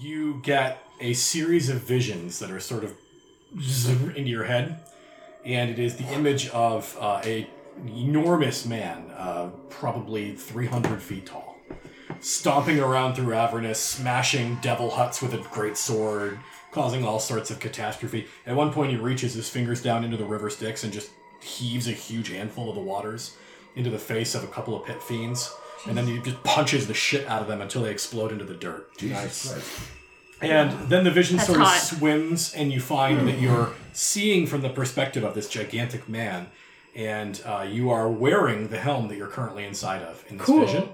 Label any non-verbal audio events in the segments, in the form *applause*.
you get a series of visions that are sort of zzz into your head, and it is the image of uh, a enormous man, uh, probably 300 feet tall, stomping around through Avernus, smashing devil huts with a great sword, causing all sorts of catastrophe. At one point, he reaches his fingers down into the river Styx and just heaves a huge handful of the waters into the face of a couple of pit fiends. And then he just punches the shit out of them until they explode into the dirt. Jesus And then the vision That's sort of hot. swims, and you find that you're seeing from the perspective of this gigantic man, and uh, you are wearing the helm that you're currently inside of in this Cool. vision.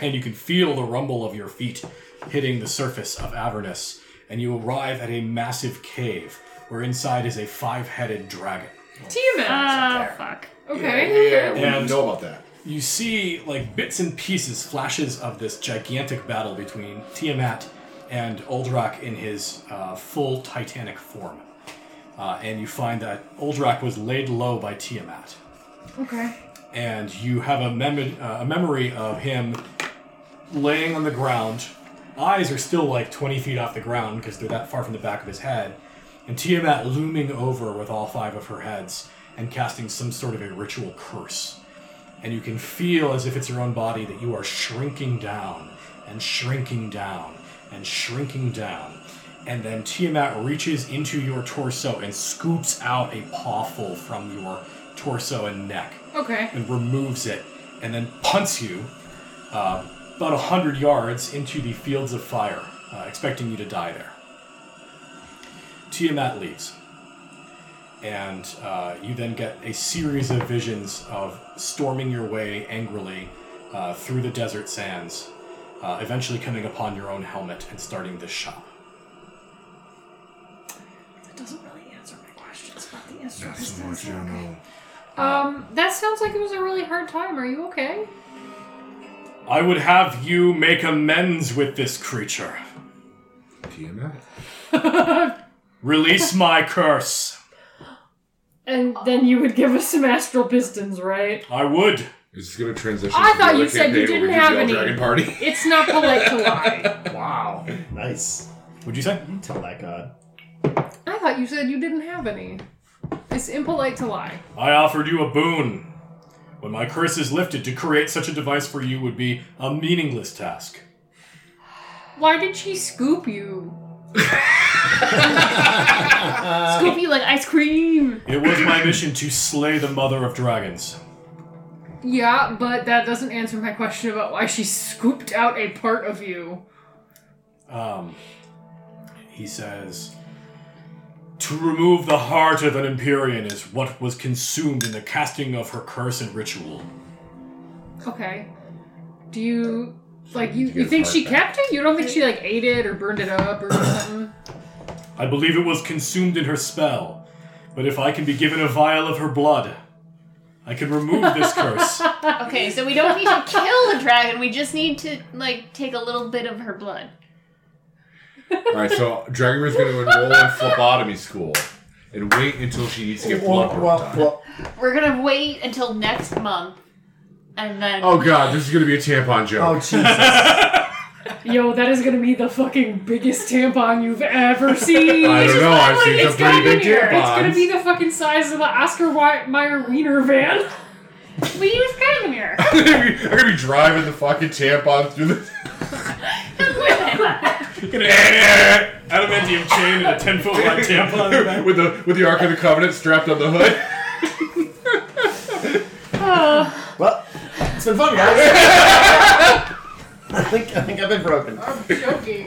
And you can feel the rumble of your feet hitting the surface of Avernus, and you arrive at a massive cave where inside is a five headed dragon. Tiamat. Oh, fuck. okay. Yeah, we And- didn't know about that. you see like bits and pieces, flashes of this gigantic battle between Tiamat and Oldrock in his uh, full titanic form. Uh, and you find that Oldrock was laid low by Tiamat. Okay. And you have a, mem- uh, a memory of him laying on the ground. Eyes are still like 20 feet off the ground because they're that far from the back of his head. And Tiamat looming over with all five of her heads and casting some sort of a ritual curse and you can feel as if it's your own body that you are shrinking down and shrinking down and shrinking down. And then Tiamat reaches into your torso and scoops out a pawful from your torso and neck Okay. and removes it and then punts you uh, about 100 yards into the fields of fire, uh, expecting you to die there. Tiamat leaves. And uh, you then get a series of visions of storming your way angrily uh, through the desert sands, uh, eventually coming upon your own helmet and starting this shop. That doesn't really answer my questions about the Not instruments. so much, you know. Um, that sounds like it was a really hard time. Are you okay? I would have you make amends with this creature. Tiamat? Release my curse. And then you would give us some astral pistons, right? I would. Is this going to transition? to I the thought other you said you campaign where didn't we do have the Yellow any. Dragon Party. *laughs* It's not polite to lie. Wow. Nice. Would you say? You tell that god. *laughs* I thought you said you didn't have any. It's impolite to lie. I offered you a boon. When my curse is lifted, to create such a device for you would be a meaningless task. Why did she scoop you? scoop you like ice cream. It was my mission to slay the mother of dragons. Yeah, but that doesn't answer my question about why she scooped out a part of you. Um, he says, To remove the heart of an Empyrean is what was consumed in the casting of her curse and ritual. Okay. Do you like you, Did you get think a she part back? kept it? You don't think she like ate it or burned it up or something? I believe it was consumed in her spell, but if I can be given a vial of her blood, I can remove *laughs* this curse. Okay, so we don't *laughs* need to kill the dragon. We just need to like take a little bit of her blood. All right, so Dragomir's going to enroll in phlebotomy school and wait until she needs to get blood work done. We're gonna wait until next month, and then Oh god, this is going to be a tampon *laughs* Oh, joke. *laughs* Jesus. Yo, that is gonna be the fucking biggest tampon you've *laughs* ever seen. I don't know. I've seen some It's pretty gonna, be big here. it's gonna be tampons. the fucking size of the Oscar Wi- Mayer wiener van. we use Dragomir. *laughs* I'm going to be driving the fucking tampon through the. *laughs* Adamantium chain and a 10 foot *laughs* wide tampon on the back. with the with the Ark of the Covenant strapped on the hood. *laughs* Well, it's been fun, guys. *laughs* I think I think I've been broken. joking. *laughs*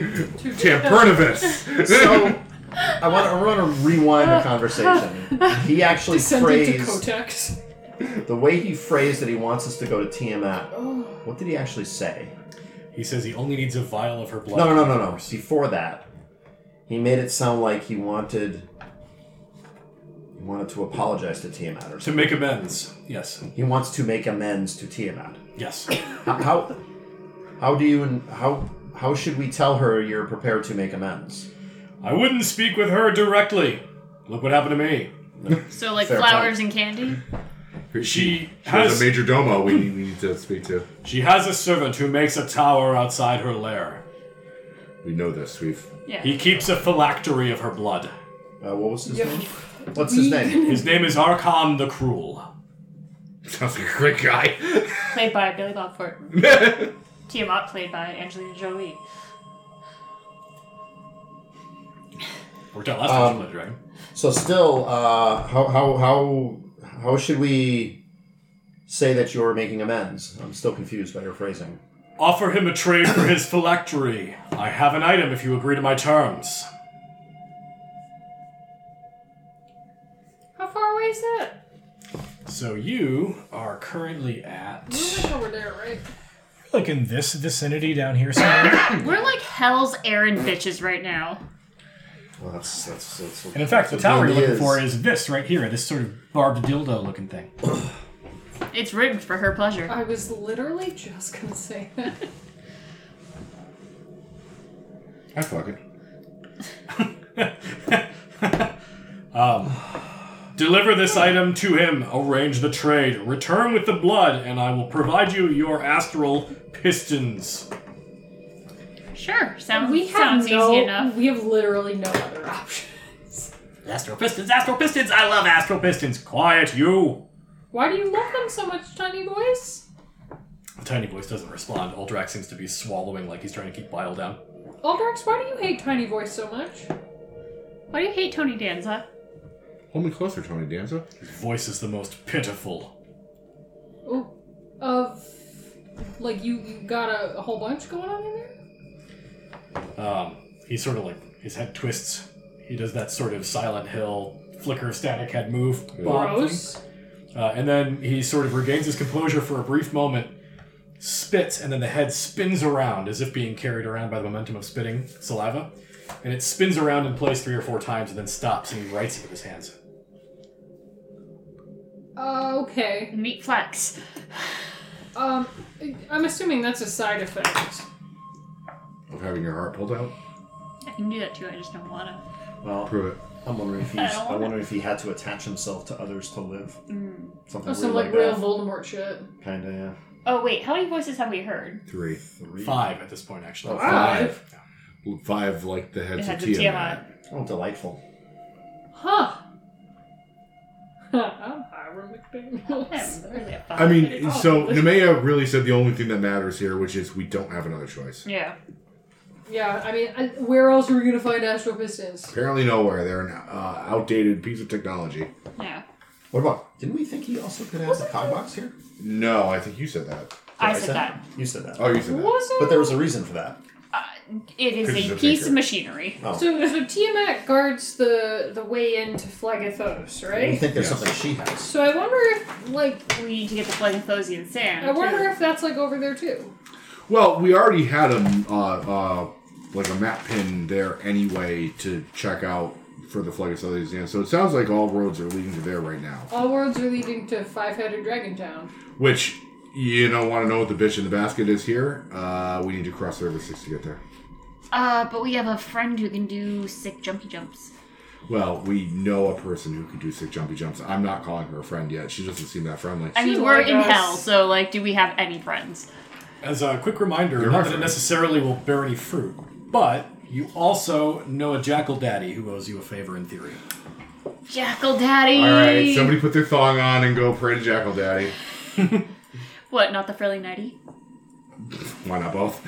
Tampernavis. *laughs* So I want to want to rewind the conversation. He actually Descended to phrased Kotex. the way he phrased that he wants us to go to Tiamat. Oh. What did he actually say? He says he only needs a vial of her blood. No, no, no, no, no. Before that, he made it sound like he wanted he wanted to apologize to Tiamat or something. To make amends. Yes. He wants to make amends to Tiamat. Yes. How how, how do you how how should we tell her you're prepared to make amends? I wouldn't speak with her directly. Look what happened to me. So like Fair flowers and candy. She has has a major domo we need, we need to speak to. she has a servant who makes a tower outside her lair. We know this. We've *laughs* Yeah. He keeps a phylactery of her blood. Uh, what was his Yep. name? What's his We- name? His name is Arkham the Cruel. sounds like a great guy. *laughs* Played by Billy Bob Thornton. Tiamat played by Angelina Jolie. Worked out last time Um, she played a dragon. So still, uh, how how how how should we say that you're making amends? I'm still confused by your phrasing. Offer him a trade for his phylactery. I have an item if you agree to my terms. How far away is that? So you are currently at We're like over there, right? like in this vicinity down here somewhere. We're like hell's errand bitches right now. Well, that's that's, that's and in fact, the tower you're looking for is this right here, this sort of barbed dildo looking thing. It's rigged for her pleasure. I was literally just gonna say that. I fuck it. Deliver this item to him, arrange the trade, return with the blood, and I will provide you your astral pistons. Sure, sounds we have sounds no, easy enough. We have literally no other options. Astral pistons, astral pistons, I love astral pistons. Quiet, you! Why do you love them so much, tiny boys? The tiny voice doesn't respond. Aldrak seems to be swallowing like he's trying to keep bile down. Aldrex, why do you hate tiny boys so much? Why do you hate Tony Danza? Hold me closer, Tony Danza. His voice is the most pitiful. Ooh, Oh, of like you, you got a, a whole bunch going on in there. Um, he sort of like his head twists. He does that sort of Silent Hill flicker of static head move. bob thing. Gross. Uh, and then he sort of regains his composure for a brief moment, spits, and then the head spins around as if being carried around by the momentum of spitting saliva. And it spins around in place three or four times and then stops and he writes it with his hands. Uh, okay. Meat flex. Um, I'm assuming that's a side effect. Of having your heart pulled out. I can do that too, I just don't wanna. well, Prove it. I'm wondering if he's. I don't I wonder if he had to attach himself to others to live. Something Oh, some weird like like real that. Voldemort shit. Kinda. Yeah. Oh wait, how many voices have we heard? Three. Three. Five at this point, actually. Oh, Five. five. Five like the heads It of has a Tiamat. Tiamat. Oh, delightful. Huh. *laughs* I'm Hiram McDaniels. I I mean, Oh. so Nemea really said the only thing that matters here, which is we don't have another choice. Yeah. Yeah, I mean, I, where else are we gonna find astral pistons? Apparently nowhere. They're an uh, outdated piece of technology. Yeah. What about? Didn't we think he also could have the cogbox here? No, I think you said that. I Did said that. You said that. Oh, you said that. Was it? But there was a reason for that. It is Because it's a a piece picture. of machinery. Oh. So, so Tiamat guards the the way into Flagathos, I right? think there's Yeah. something she has. So I wonder if like We need to get the Flagathosian sand. I wonder too. if that's like over there too. Well, we already had a uh, uh, like a map pin there anyway to check out for the Flag of Southern Stand. So it sounds like all roads are leading to there right now. All roads are leading to Five Headed Dragon Town. Which you don't want to know what the bitch in the basket is here. Uh, we need to cross the River Six to get there. Uh, but we have a friend who can do sick jumpy jumps. Well, we know a person who can do sick jumpy jumps. I'm not calling her a friend yet. She doesn't seem that friendly. I She's mean, we're like in us. hell, so like, do we have any friends? As a quick reminder, You're not our that it friend. necessarily will bear any fruit, but you also know a jackal daddy who owes you a favor in theory. Jackal Daddy. All right, somebody put their thong on and go pray to Jackal Daddy. What? Not the frilly nighty? Why not both?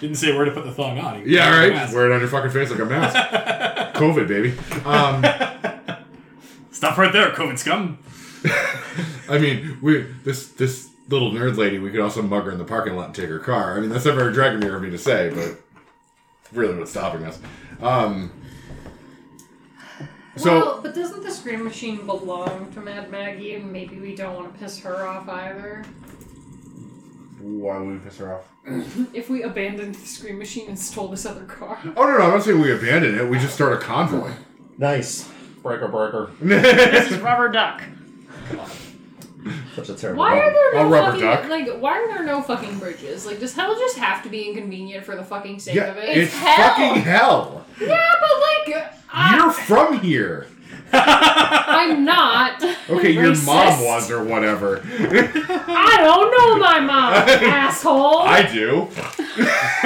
Didn't say where to put the thong on. He- yeah, all right. Mask. Wear it on your fucking face like a mask. COVID, baby. Um, Stop right there, COVID scum. I mean, we this this little nerd lady. We could also mug her in the parking lot and take her car. I mean, that's never a dragon mirror of me to say, but really, what's stopping us? Um, so well, but doesn't the scream machine belong to Mad Maggie, and maybe we don't want to piss her off either? why would we piss her off? If we abandoned the scream machine and stole this other car, Oh no, no, I'm not saying we abandon it. We just start a convoy. Nice. Breaker, breaker. This is Rubber Duck. Such a *laughs* terrible. why are problem. there no A rubber fucking duck. like? Why are there no fucking bridges? Like, does hell just have to be inconvenient for the fucking sake yeah, of it? it's hell. fucking hell. yeah, but like, I, You're from here. I'm not. *laughs* Okay, your mom Racist. was or whatever. I don't know my mom, *laughs* asshole. I do. *laughs*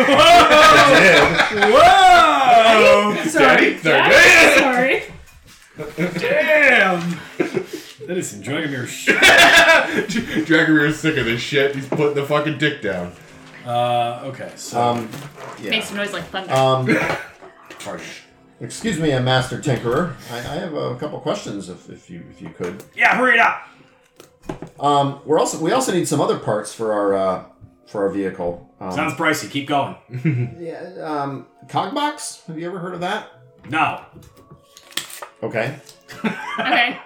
Whoa! Whoa! sorry. Daddy, there Daddy, it is. sorry. Damn! That is some Dragomir *laughs* shit. Dragomir is sick of this shit. He's putting the fucking dick down. Uh, okay, so. Um, Makes yeah. a noise like thunder. Um, harsh. excuse me, a master tinkerer. I, I have a couple questions, if, if you if you could. Yeah, hurry it up! Um, we're also we also need some other parts for our uh, for our vehicle. Um, Sounds pricey, keep going. yeah, um, Cogbox. Have you ever heard of that? No. Okay. okay.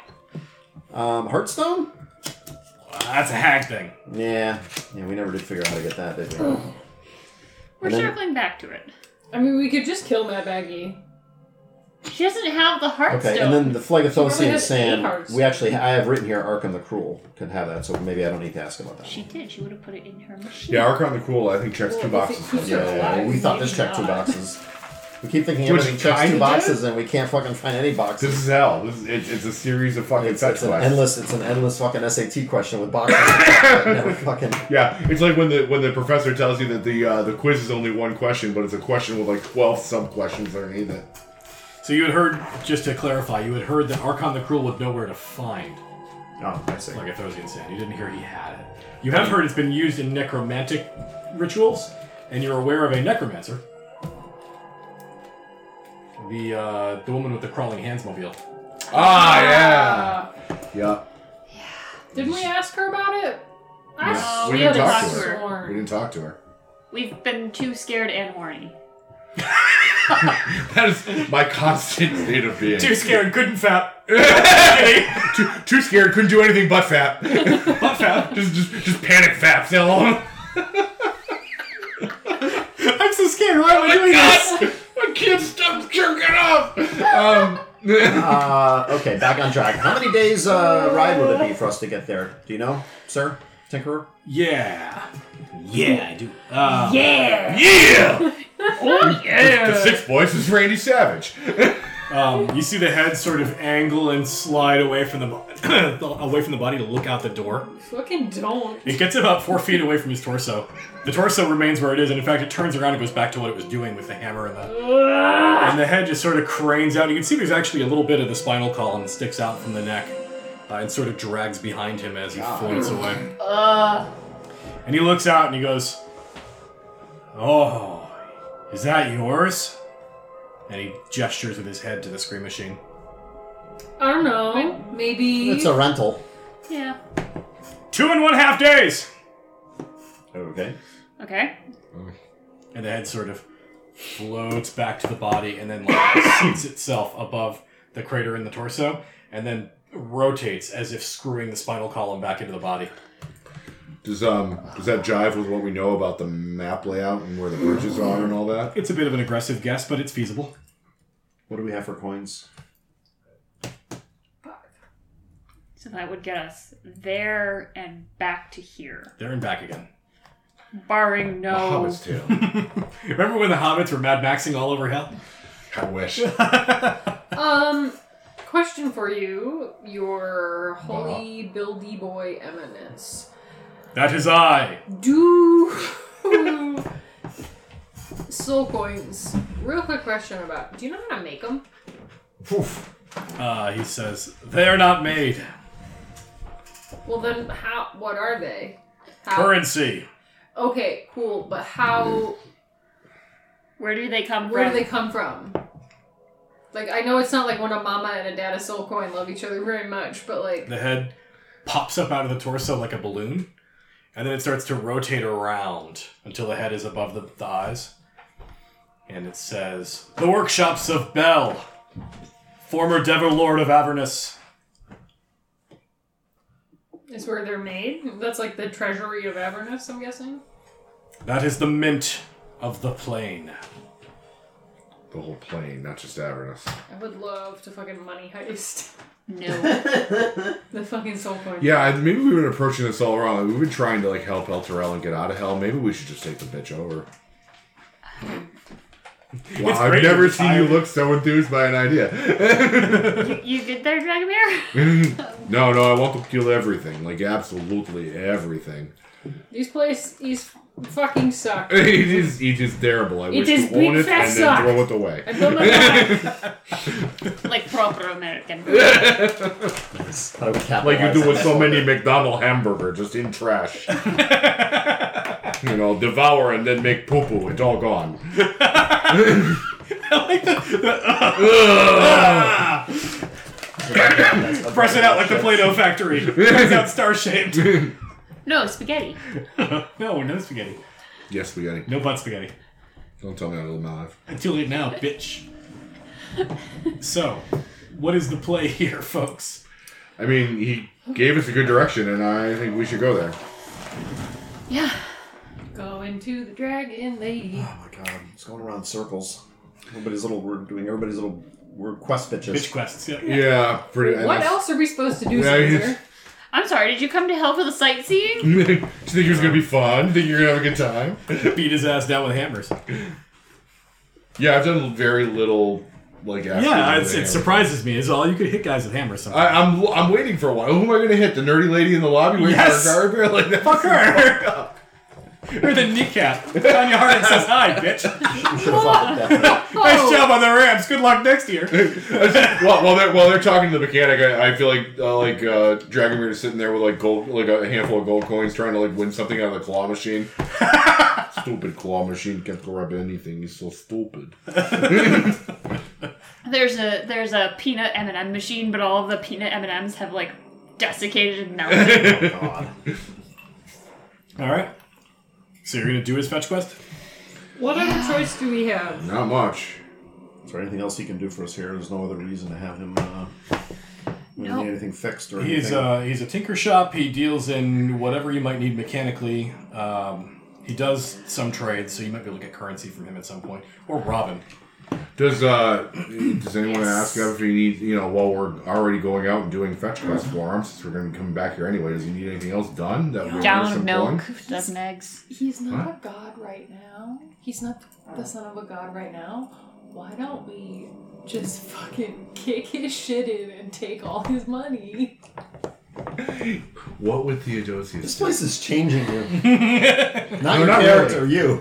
Um, Hearthstone. Uh, that's a hag thing. Yeah. Yeah, we never did figure out how to get that, did we? We're And then- circling back to it. I mean, we could just kill Mad Baggy. She doesn't have the heart Okay, stone. and then the Flag of She Thelsea probably and has eight Sand. hearts. We actually, I have written here Arkham the Cruel could have that, so maybe I don't need to ask about that. she did. She would have put it in her machine. Yeah, Archon the Cool, I think, checks two Well, if it boxes. keeps for you. yeah, her yeah, alive. yeah, we thought this maybe checked two not. boxes. We keep thinking Which everything it checks kinda two did. boxes, and we can't fucking find any boxes. This is hell. This is, it, it's a series of fucking It's, fetch it's an quests. endless, it's an endless fucking SAT question *laughs* with boxes. that we fucking Yeah, it's like when the when the professor tells you that the uh, the quiz is only one question, but it's a question with like twelve sub questions underneath it. So you had heard, just to clarify, you had heard that Archon the Cruel would know where to find oh, I see. Like Thorsian Sand. You didn't hear he had it. You have heard it's been used in necromantic rituals, and you're aware of a necromancer. The uh, the woman with the crawling hands mobile. Ah, yeah, yeah. Uh, didn't we ask her about it? I No, s- we didn't could've talk to her. We sworn. didn't talk to her. *laughs* We've been too scared and horny. That is my constant state of being. Too scared, couldn't fat. too, too scared, couldn't do anything but *laughs* fat. but fat. Just, just, just panic fat. Still. I'm so scared. Why am Oh I doing *laughs* this? I can't stop jerking off. Um, Uh, okay, back on track. How many days uh, ride would it be for us to get there? Do you know, sir, Tinkerer? Yeah, yeah, I do. Uh, Yeah. yeah. Oh The yeah. sixth voice is Randy Savage. Um, you see the head sort of angle and slide away from the bo- *coughs* away from the body to look out the door. Fucking don't. It gets about four feet away from his torso. The torso remains where it is, and in fact, it turns around and goes back to what it was doing with the hammer and the Ugh. and the head just sort of cranes out. You can see there's actually a little bit of the spinal column that sticks out from the neck uh, and sort of drags behind him as he floats away. And he looks out and he goes, "Oh, is that yours?" And he gestures with his head to the scream machine. I don't know. Maybe. It's a rental. Yeah. Two and one half days. Okay. Okay. and the head sort of floats back to the body and then like *coughs* seats itself above the crater in the torso and then rotates as if screwing the spinal column back into the body. Does um does that jive with what we know about the map layout and where the bridges are and all that? It's a bit of an aggressive guess, but it's feasible. What do we have for coins? So that would get us there and back to here, There and back again. *laughs* barring The no. Hobbit's Tale. Remember when the hobbits were mad maxing all over hell? I wish. Um, question for you, your holy buildy boy eminence. That is I. Do *laughs* soul coins? Real quick question about. Do you know how to make them? Oof. Uh, he says, they are not made. Well, then how? What are they? How, Currency. Okay, cool. But how? Where do they come Where do from? they come from? Like I know it's not like when a mama and a dada soul coin love each other very much, but like The head pops up out of the torso like a balloon, and then it starts to rotate around until the head is above the, the eyes. And it says, The workshops of Bell, former Devil Lord of Avernus. is where they're made. That's like the treasury of Avernus, I'm guessing. That is the mint of the plane. The whole plane, not just Avernus. I would love to fucking money heist *laughs* *laughs* no. the fucking soul coin. Yeah, I- maybe we've been approaching this all wrong. We've been trying to like help El Terrell and get out of hell. Maybe we should just take the bitch over. Wow, It's I've great never you're seen you tired. look so enthused by an idea. You, you get there, *laughs* Dragomir? no, no, I want to kill everything. Like, absolutely everything. These place is fucking *laughs* suck. It is, it is terrible. I It wish is to own big it fat and suck. then throw it away. I don't know why. like proper *laughs* American. I would Like you do with capitalize so on many that. McDonald hamburger, just in trash. *laughs* *laughs* you know, devour and then make poo poo. It's all gone. I like the, the Ugh. ah, press it out like the Play-Doh *laughs* factory. Comes out star-shaped. *laughs* No, spaghetti. no, no spaghetti. yes, spaghetti. No butt spaghetti. Don't tell me I live my life. Until late now, bitch. So, what is the play here, folks? I mean, he gave us a good direction, and I think we should go there. Yeah. Go into the dragon lady. Oh my god, it's going around in circles. Everybody's little, we're doing everybody's little, we're quest bitches. Bitch quests. Yeah. Yeah, pretty. and What that's- else are we supposed to do, Yeah, it's- Spencer? I'm sorry, did you come to hell for the sightseeing? *laughs* you think it was gonna be fun? Think you're gonna have a good time? Beat his ass down with hammers. Yeah, I've done very little like. after Yeah, the it's, it band. surprises me. Is all you could hit guys with hammers. Sometimes. I, I'm I'm waiting for a while. Who am I gonna hit? The nerdy lady in the lobby waiting Yes! for a guard *laughs* like that. Fuck her. *laughs* Or the kneecap. Tanya Harding says hi, *laughs* bitch. You should have thought of *laughs* that. Nice job on the Rams. Good luck next year. well, while they're while they're talking to the mechanic, I, I feel like uh, like uh, Dragomir is sitting there with like gold, like a handful of gold coins, trying to like win something out of the claw machine. *laughs* stupid claw machine can't grab anything. He's so stupid. There's a there's a peanut M&M machine, but all of the peanut M&Ms have like desiccated *laughs* and melted. Oh God. All right. So you're gonna do his fetch quest? What other choice do we have? Not much. Is there anything else he can do for us here? There's no other reason to have him. Uh, we don't No. need anything fixed or He's anything. uh, he's a tinker shop. He deals in whatever you might need mechanically. Um, he does some trades, so you might be able to get currency from him at some point, or Robin. Does uh does anyone Yes. ask if he needs you know while we're already going out and doing fetch quest for him since we're gonna come back here anyway? Does he need anything else done? That we Gallon order of some milk, corn? dozen eggs. He's not a god right now. He's not the son of a god right now. Why don't we just fucking kick his shit in and take all his money? What would Theodosius? this do? place is changing *laughs* you. not your not character, you.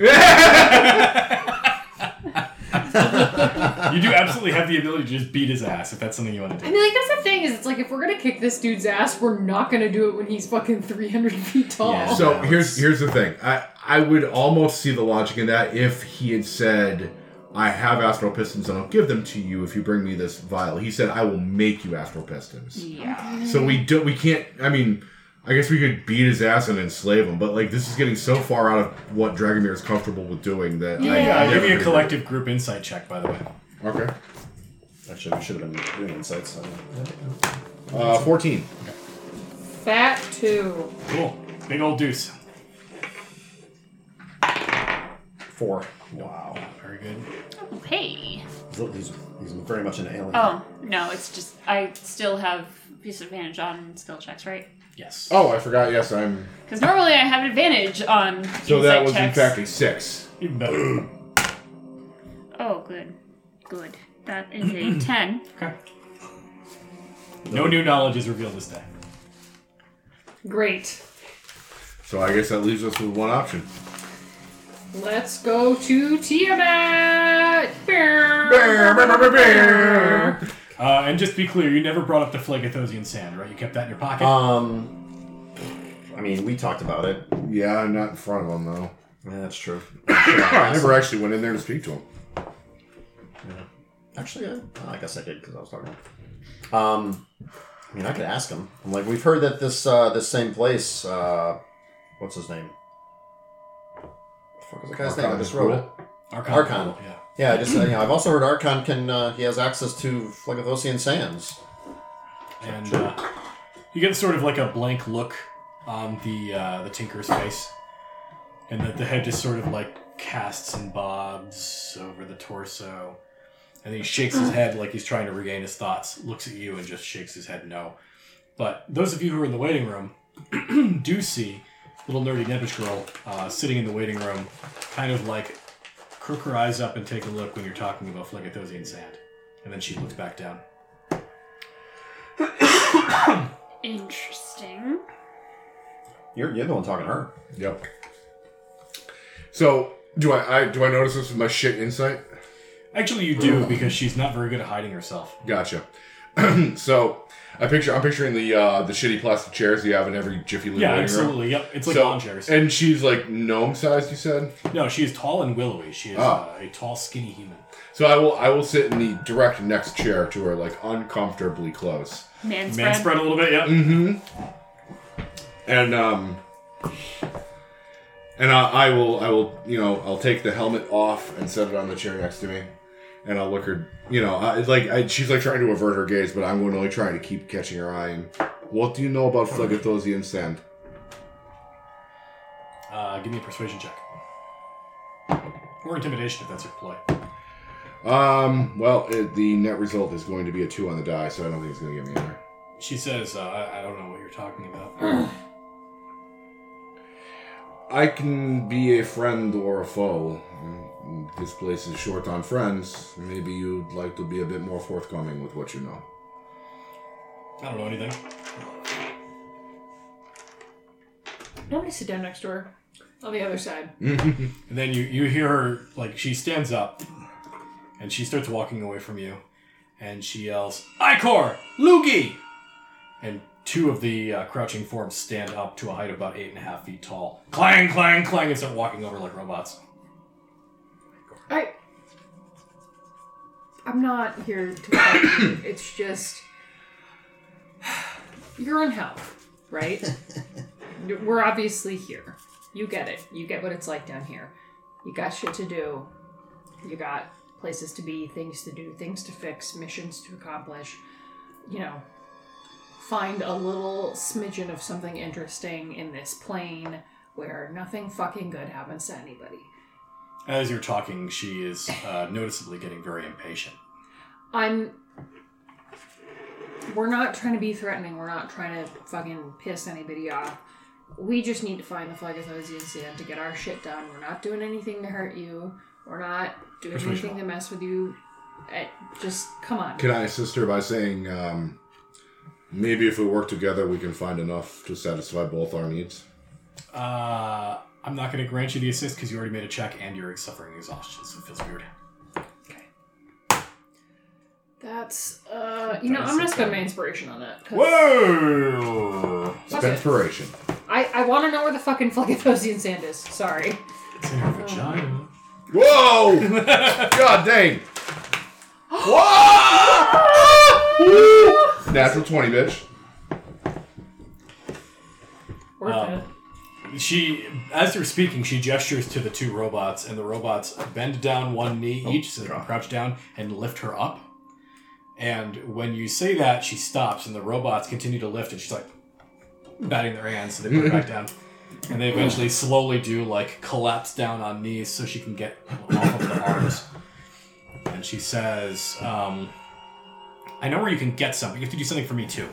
You do absolutely have the ability to just beat his ass if that's something you want to I do. mean, like that's the thing is, it's like if we're gonna kick this dude's ass, we're not gonna do it when he's fucking three hundred *laughs* feet tall. Yeah. So here's here's the thing. I I would almost see the logic in that if he had said, "I have astral pistons and I'll give them to you if you bring me this vial." He said, "I will make you astral pistons." Yeah. So we do we can't. I mean, I guess we could beat his ass and enslave him, but like this is getting so far out of what Dragomir is comfortable with doing that. I- Yeah, I, give me a never- collective group insight check, by the way. Okay, Actually, we should have been doing insights. on that. uh, fourteen. Fat too. Cool. Big old deuce. Four. Wow. Very good. Hey. He's, he's, he's very much an alien. Oh, no, it's just I still have disadvantage on skill checks, right? Yes. Oh, I forgot. Yes, I'm. Because normally I have advantage on So insight that was checks. in fact a six. Even better. Oh, good. Good. That is *clears throat* a 10. Okay. No new knowledge is revealed this day. Great. So I guess that leaves us with one option. Let's go to Tiamat. Uh, and just to be clear, you never brought up the Phlegethosian sand, right? You kept that in your pocket. Um, I mean, we talked about it. Yeah, not in front of *coughs* him though. Yeah, that's true. I never actually went in there to speak to him. Actually, Uh, I, I guess I did because I was talking. Um, I mean, I could ask him. I'm like, we've heard that this uh, this same place. Uh, what's his name? What the fuck is the guy's name? I just wrote it. Archon. Archon. Yeah. Yeah, I just uh, you know, I've also heard Archon can uh, he has access to Phlegethosian sands. and uh, you get sort of like a blank look on the uh, the tinker's face, and that the head just sort of like casts and bobs over the torso, and he shakes his head like he's trying to regain his thoughts. Looks at you and just shakes his head no. But those of you who are in the waiting room *clears throat* do see little nerdy Nebish girl uh, sitting in the waiting room, kind of like Crook her eyes up and take a look when you're talking about Phlegethosian sand. And then she looks back down. Interesting. You're, you're the one talking to her. Yep. So do I, I do I notice this with my shit insight? Actually, you do because she's not very good at hiding herself. Gotcha. *clears throat* so I picture I'm picturing the uh, the shitty plastic chairs you have in every Jiffy Lube. Yeah, waiting room. absolutely. Yep, it's like So- lawn chairs. And she's like gnome sized, you said. No, she is tall and willowy. She is Ah. uh, a tall, skinny human. So I will I will sit in the direct next chair to her, like uncomfortably close. Man Man spread. spread a little bit, yeah. Mm-hmm. And um, and I, I will, I will, you know, I'll take the helmet off and set it on the chair next to me, and I'll look her, you know, I, it's like I, she's like trying to avert her gaze, but I'm going to like trying to keep catching her eye. And what do you know about Phlegethosian sand? Uh, give me a persuasion check. Or intimidation if that's your play. Um, well, it, the net result is going to be a two on the die, so I don't think it's going to get me anywhere. She says, uh, I I don't know what you're talking about. I can be a friend or a foe. This place is short on friends. Maybe you'd like to be a bit more forthcoming with what you know. I don't know anything. I'm gonna sit down next to her on the other side. And then you, you hear her, like, she stands up and she starts walking away from you and she yells, Icor! Lugi! And two of the uh, crouching forms stand up to a height of about eight and a half feet tall. Clang, clang, clang, and start walking over like robots. I. I'm not here to. fight you. it's just. You're in hell, right? We're obviously here. You get it. You get what it's like down here. You got shit to do. You got places to be, things to do, things to fix, missions to accomplish. You know, find a little smidgen of something interesting in this plane where nothing fucking good happens to anybody. As you're talking, she is uh, noticeably getting very impatient. I'm. We're not trying to be threatening. We're not trying to fucking piss anybody off. We just need to find the flag of those incident to get our shit done. We're not doing anything to hurt you. We're not doing That's anything reasonable. to mess with you. Eh, just come on. Can I assist her by saying, um, maybe if we work together, we can find enough to satisfy both our needs? Uh, I'm not going to grant you the assist because you already made a check and you're suffering exhaustion, so it feels weird. That's uh, you know, I'm gonna spend my inspiration on that. 'cause Whoa! Fuck it. Inspiration. I I want to know where the fucking Flagothosian sand is. Sorry. It's in her vagina. Whoa! *laughs* God *gasps* dang! Whoa! Natural 20, bitch. Worth Uh, She, as you're speaking, she gestures to the two robots, and the robots bend down one knee each, so they can crouch down and lift her up. And when you say that, she stops, and the robots continue to lift, and she's like batting their hands, so they put her back down. And they eventually slowly do like collapse down on knees so she can get off of the arms. And she says, um, I know where you can get something. You have to do something for me too.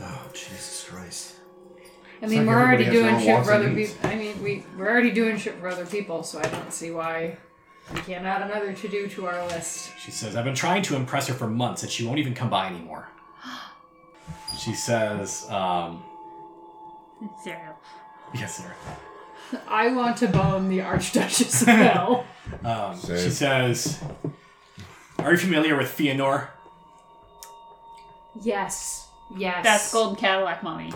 Oh, Jesus Christ. it. I mean, like we're already everybody has their doing own shit wants for and other needs. people. I mean, we we're already doing shit for other people, so I don't see why we can't add another to do to our list. She says, I've been trying to impress her for months and she won't even come by anymore. She says, um, Zero. yes, sir. I want to bone *laughs* the Archduchess of Hell. Um, Same. she *laughs* says, Are you familiar with Fëanor? yes. Yes. That's gold Cadillac mommy.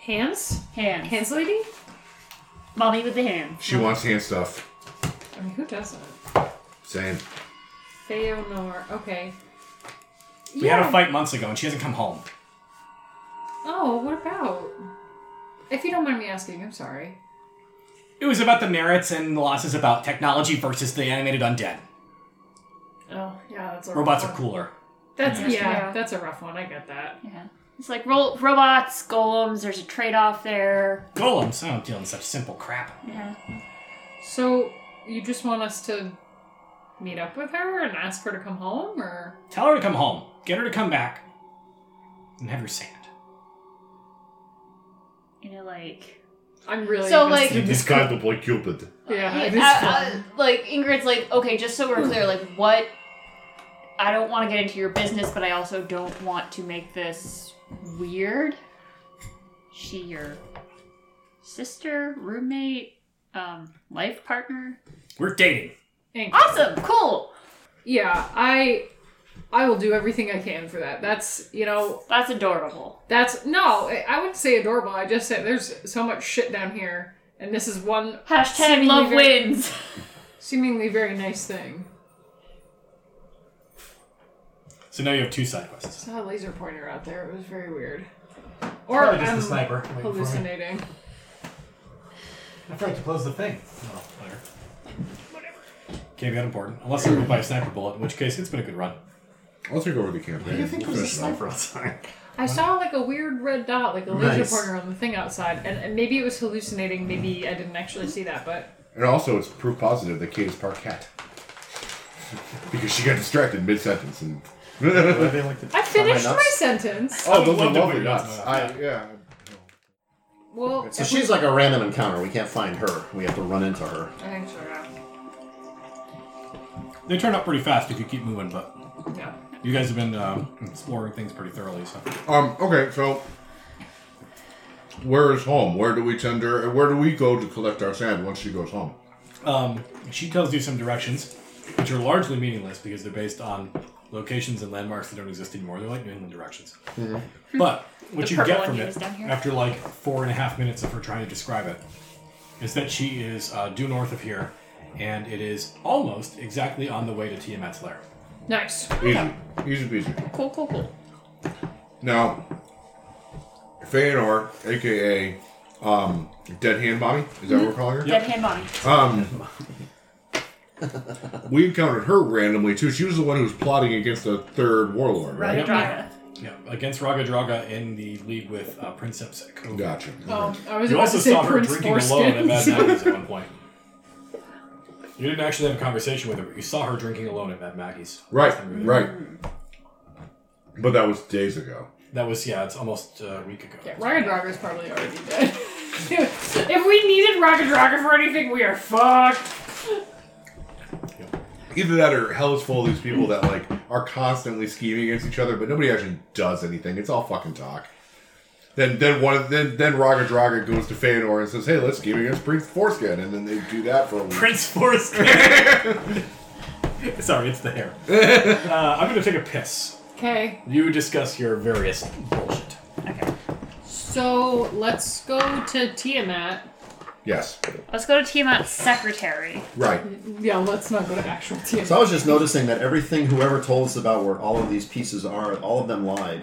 Hands? Hands. Hands lady? Mommy with the hands. She wants hand stuff. I mean, who doesn't? Same. Feonor. Okay. We had a fight months ago and she hasn't come home. Oh, what about? If you don't mind me asking, I'm sorry. It was about the merits and the losses about technology versus the animated undead. Oh, yeah, that's a rough Robots are one. cooler. That's yeah, Yeah. that's a rough one. I get that. Yeah. It's like ro- robots, golems, there's a trade off there. Golems, I don't deal in such simple crap. Yeah. So you just want us to meet up with her and ask her to come home, or Tell her to come home. Get her to come back. And have your sand. You know, like I'm really So, like- You described the boy Cupid. yeah, *laughs* Yeah, I I- uh, just- I- like Ingrid's like, okay, just so we're clear, like what? I don't want to get into your business, but I also don't want to make this weird. She your sister, roommate, um, life partner. We're dating. Thank you. Awesome, cool. yeah, I I will do everything I can for that. That's you know That's adorable. that's no, I- I wouldn't say adorable. I just said there's so much shit down here, and this is one Hashtag Seemingly love very- wins. seemingly very nice thing. So now you have two side quests. Saw a laser pointer out there. It was very weird. Or Probably just I'm the sniper. waiting for me. hallucinating. I forgot to close the thing. Oh, whatever. Can't be that important. Unless you're by a sniper bullet, in which case it's been a good run. I'll take over the campaign. I think there's a Finish it up. sniper outside. I saw like a weird red dot, like a laser Nice. pointer on the thing outside, and, and maybe it was hallucinating. Maybe I didn't actually see that, but And also, it's proof positive that Kate is Parquet. *laughs* Because she got distracted mid sentence and. *laughs* oh, they like to I finished nuts? my sentence. those are love to lovely put you on nuts. that. I, yeah. Well, So she's like a random encounter. We can't find her. We have to run into her. I think so. Yeah. They turn up pretty fast if you keep moving, but yeah. you guys have been um, exploring things pretty thoroughly. So Um. Okay. So, where is home? Where do we send her? Where do we go to collect our sand once she goes home? um, she tells you some directions, which are largely meaningless because they're based on locations and landmarks that don't exist anymore. They're like New England directions. But what The you purple get one from he it was down here. after like four and a half minutes of her trying to describe it is that she is uh, due north of here, and it is almost exactly on the way to Tiamat's lair. Nice. Easy. Easy peasy. Cool, cool, cool. Now, Feanor, aka um, Dead Hand Mommy, is that what we're calling her? Dead hand mommy. Um, we encountered her randomly too. She was the one who was plotting against the third warlord, right? Yep. Draga. Yeah, against Raga Draga in the league with uh, Princeps at Cove. Gotcha. Um, I was You about also to say saw her Prince drinking alone at Foreskin. Mad Maggie's at one point. You didn't actually have a conversation with her, but you saw her drinking alone at Mad Maggie's. Right, right. But that was days ago. That was, yeah, it's almost uh, a week ago. *laughs* yeah, Raga Draga's probably already dead. *laughs* if we needed Raga Draga for anything, we are fucked. Either that or hell is full of these people that like are constantly scheming against each other, but nobody actually does anything. It's all fucking talk. Then then one of- then then Raga Draga goes to Feanor and says, Hey, let's scheme against Prince Foreskin, and then they do that for a *laughs* week. Prince Foreskin! *laughs* Sorry, it's the hair. uh, I'm going to take a piss. Okay, You discuss your various bullshit. so let's go to Tiamat. Yes. Let's go to Tiamat's secretary. Right. Yeah, let's not go to actual Tiamat. So I was just noticing that everything whoever told us about where all of these pieces are, all of them lied.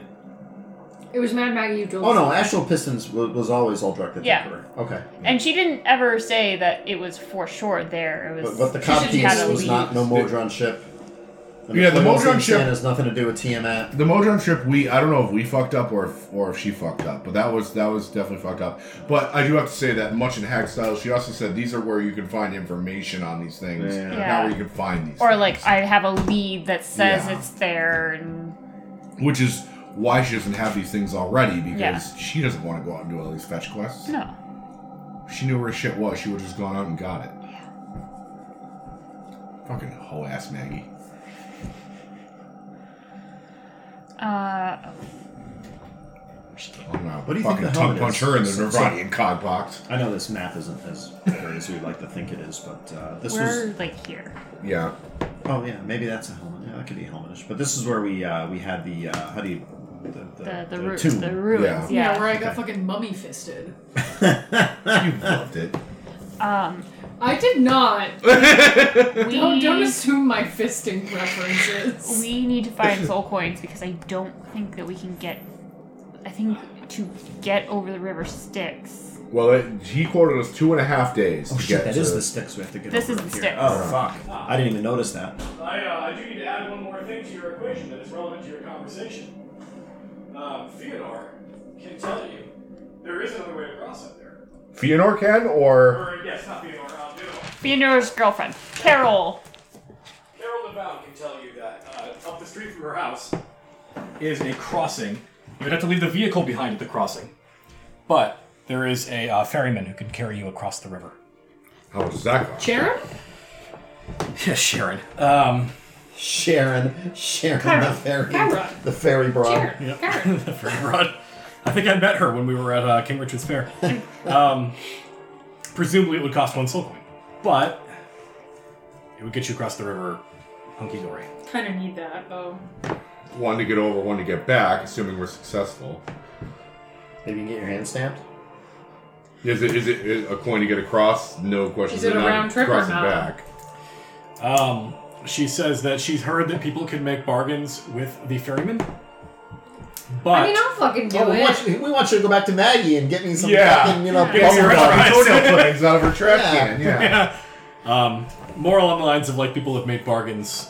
It was Mad Maggie who told Oh us. no, Astral Pistons was, was always all directed Yeah. at her. Okay. And she didn't ever say that it was for sure there. It was. But, but the she cop just had piece a was lead. not no Modron ship. And Yeah, the Flamel Modron Sin ship- Sin has nothing to do with Tiamat. The Modron trip, we I don't know if we fucked up or if, or if she fucked up, but that was that was definitely fucked up. But I do have to say that much in hack style, she also said these are where you can find information on these things, Yeah. not where Yeah. you can find these. Or things. like I have a lead that says Yeah. it's there, and which is why she doesn't have these things already because Yeah. she doesn't want to go out and do all these fetch quests. no. She knew where shit was. She would have just gone out and got it. Fucking hoe ass Maggie. Uh, I'm gonna What do you think fucking the tongue helmet punch is? her in the Some- Nirvanian cog box. I know this map isn't as clear as we'd like to think it is, but uh, this we're was. like here. Yeah. Oh yeah, maybe that's a helmet. Yeah, that could be helmetish. But this is where we uh, we had the uh, how do you the The the, the, the roots, tomb. the ruins. Yeah, Yeah. where I got fucking mummy fisted. You loved it. Um, I did not. we Don't, *laughs* don't assume my fisting references. we need to find soul coins because I don't think that we can get. I think to get over the river Styx. Well, it, he quoted us two and a half days. Oh to shit, get that to- is the sticks we have to get. This over is the here. sticks. Oh fuck, I didn't even notice that. I, uh, I do need to add one more thing to your equation that is relevant to your conversation. Um, Theodore can tell you there is another way to cross up there. Fëanor can, or Or, yes, not Theodore, uh, Theodore. Theodore's girlfriend, Carol. Carol DeBound can tell you that uh, up the street from her house is a crossing. You would have to leave the vehicle behind at the crossing. But there is a uh, ferryman who can carry you across the river. How does that go? Sharon? Yeah, Sharon. Um, *laughs* Sharon, Sharon, the Kyra. fairy, Kyra. the fairy Oh, broad. Sharon. Sharon. very broad. I think I met her when we were at uh, King Richard's Fair. um, presumably, it would cost one soul coin, but it would get you across the river, hunky dory. Kind of need that though. One to get over, one to get back, assuming we're successful. Maybe you can get your hand stamped. Is it is it is a coin to get across? No question. Is it a round trip or crossing not? back? Um, she says that she's heard that people can make bargains with the ferryman, but I mean, I'll fucking do Oh, we, want it. you, we want you to go back to Maggie and get me some Yeah. fucking, you know, Yeah. big Get me old right dog. on. Fucking toenail clippings out of her trash Yeah. can. Yeah. Um, more along the lines of like people have made bargains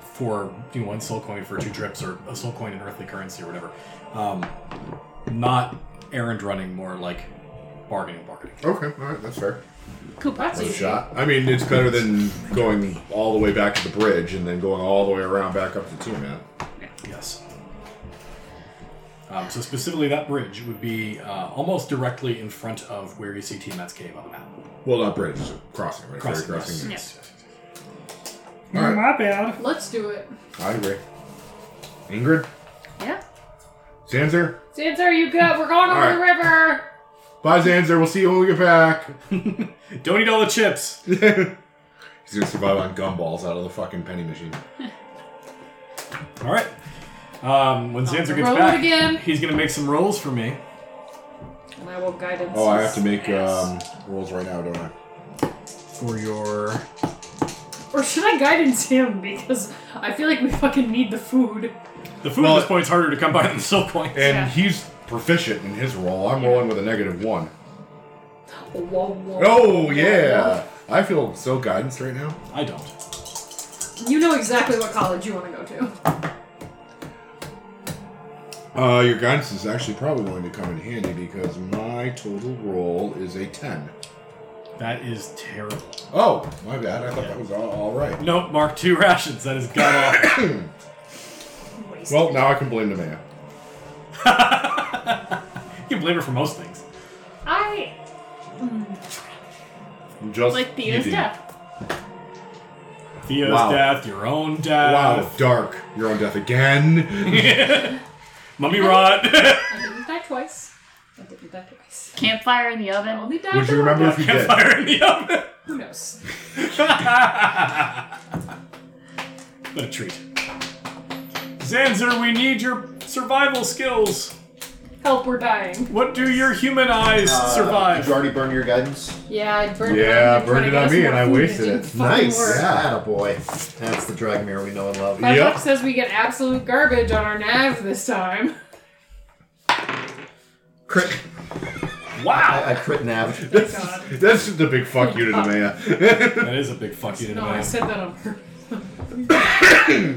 for you know, one soul coin for two trips or a soul coin in earthly currency or whatever. Um, not errand running, more like bargaining, bargaining. Okay. All right. That's fair. Coop, That's That's a *laughs* easy. shot. I mean, it's better than going all the way back to the bridge and then going all the way around back up to two man. Yes. Um, so specifically, that bridge would be uh, almost directly in front of where E you see Tiamat's cave on the map. Well, not bridge, it's a crossing, right? Ferry Crossing, crossing. yes, yes, yes, All right. My bad. Let's do it. I agree. Ingrid, yeah. Zanzer, Sansa, you good? We're going over All the river. bye, Zanzer. We'll see you when we get back. yes. Don't eat all the chips. He's gonna survive on gumballs out of the fucking penny machine. All right. Um, when Zanzer the gets road back, again. he's gonna make some rolls for me. And I will guidance. Oh, I have to his make ass. um, rolls right now, don't I? for your Or should I guidance him? Because I feel like we fucking need the food. the food Well, at this point is harder to come by than the silk coins. And Yeah. he's proficient in his roll. I'm rolling with a negative one. Whoa, whoa. Oh yeah, I feel so guidance right now. I don't. You know exactly what college you want to go to. Uh, your guidance is actually probably going to come in handy because my total roll is a ten. That is terrible. Oh, my bad. I thought that was all, all right. Nope, mark two *laughs* rations. That is god awful. Well, now I can blame the man. you can blame her for most things. I Just like Theo's you did. death. Theo's Wow. death, your own Wow, death. dark. You're on death again. Mummy rot. *laughs* I didn't die twice. I didn't die twice. Campfire in the I oven. only died Would you once. remember if *laughs* you did? Campfire in the oven. Who knows? What a treat. Zanzer, we need your survival skills. Help, we're dying. What do your human eyes Uh, Did survive? you already burn your guidance? Yeah, I burned it Yeah, on you burned trying it to get on us me more and I food wasted didn't it. fucking Nice. work. Yeah, boy. That's the Dragomir we know and love. My Yep. book says we get absolute garbage on our nav this *laughs* time. Crit. Wow. I, I crit nav. Thank Oh God. That's just a big fuck you to the man. That is a big fuck you to the No, I man. said that on purpose.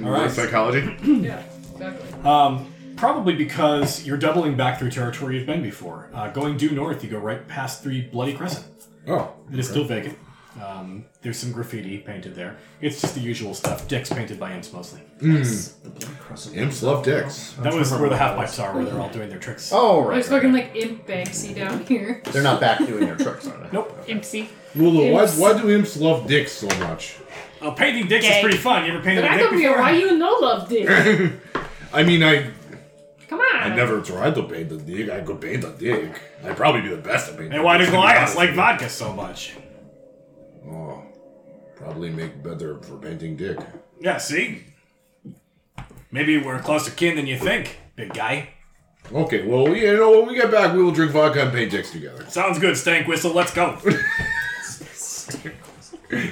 All right. Psychology. Yeah, exactly. Um, probably because you're doubling back through territory you've been before. Uh, going due north, you go right past three Bloody Crescent. Oh. It is still vacant. Um, there's some graffiti painted there. It's just the usual stuff. Dicks painted by imps mostly. Imps love dicks. That was where the half pipes are, where they're all doing their tricks. Oh, right. There's right, fucking right. like imp Banksy down here. They're not back doing their tricks, are they? Nope. Impsy. Lulu, why, Imps. why do imps love dicks so much? Uh, painting dicks is Gay. pretty fun. You ever painted But a I dick don't be before? why you no love *laughs* dick. I mean, I Come on. I never tried to paint the dick. I could paint a dick. I'd probably be the best at painting. And why do dicks, to be Goliaths honest like with vodka so much? you. Oh, probably make better for painting dick. Yeah, see? Maybe we're closer kin than you think, big guy. Okay, well, you know, when we get back, we will drink vodka and paint dicks together. Sounds good, Stank Whistle. Let's go.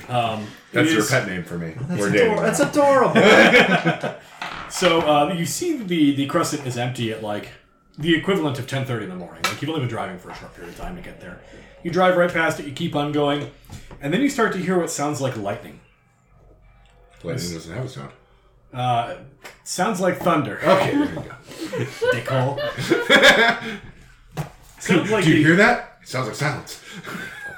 um, That's it your is- pet name for me. We're dating. Ador- That's adorable. So uh, you see the the crescent is empty at like the equivalent of 10:30 in the morning. Like you've only been driving for a short period of time to get there. You drive right past it. You keep on going, and then you start to hear what sounds like lightning. Lightning doesn't have a sound. Uh, sounds like thunder. Okay, there you go. Dickhole. sounds like do you the, hear that? It sounds like silence.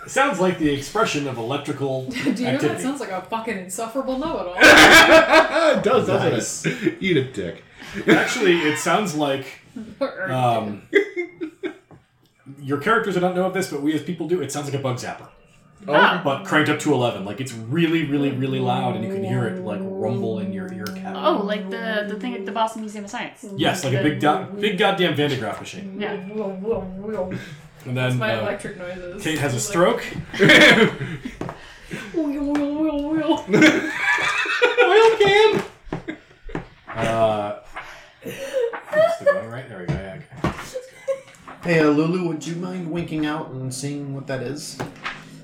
sounds like the expression of electrical *laughs* Do you know that activity. sounds like a fucking insufferable know-it-all? Ah, it does, doesn't Nice. it? *laughs* Eat a dick. *laughs* Actually, it sounds like Or- um, your characters do not know of this, but we as people do. It sounds like a bug zapper, Ah. Oh, but cranked up to eleven. Like it's really, really, really loud, and you can hear it like rumble in your ear cavity. Oh, like the the thing at the Boston Museum of Science. Yes, like a big, do- big goddamn Van de Graaff machine. Yeah. And *laughs* then My uh, electric noises. Kate has a Like- *laughs* stroke. *laughs* Oil can. Uh, is the going right? There we go. Yeah, okay. *laughs* Hey, uh, Lulu, would you mind winking out and seeing what that is?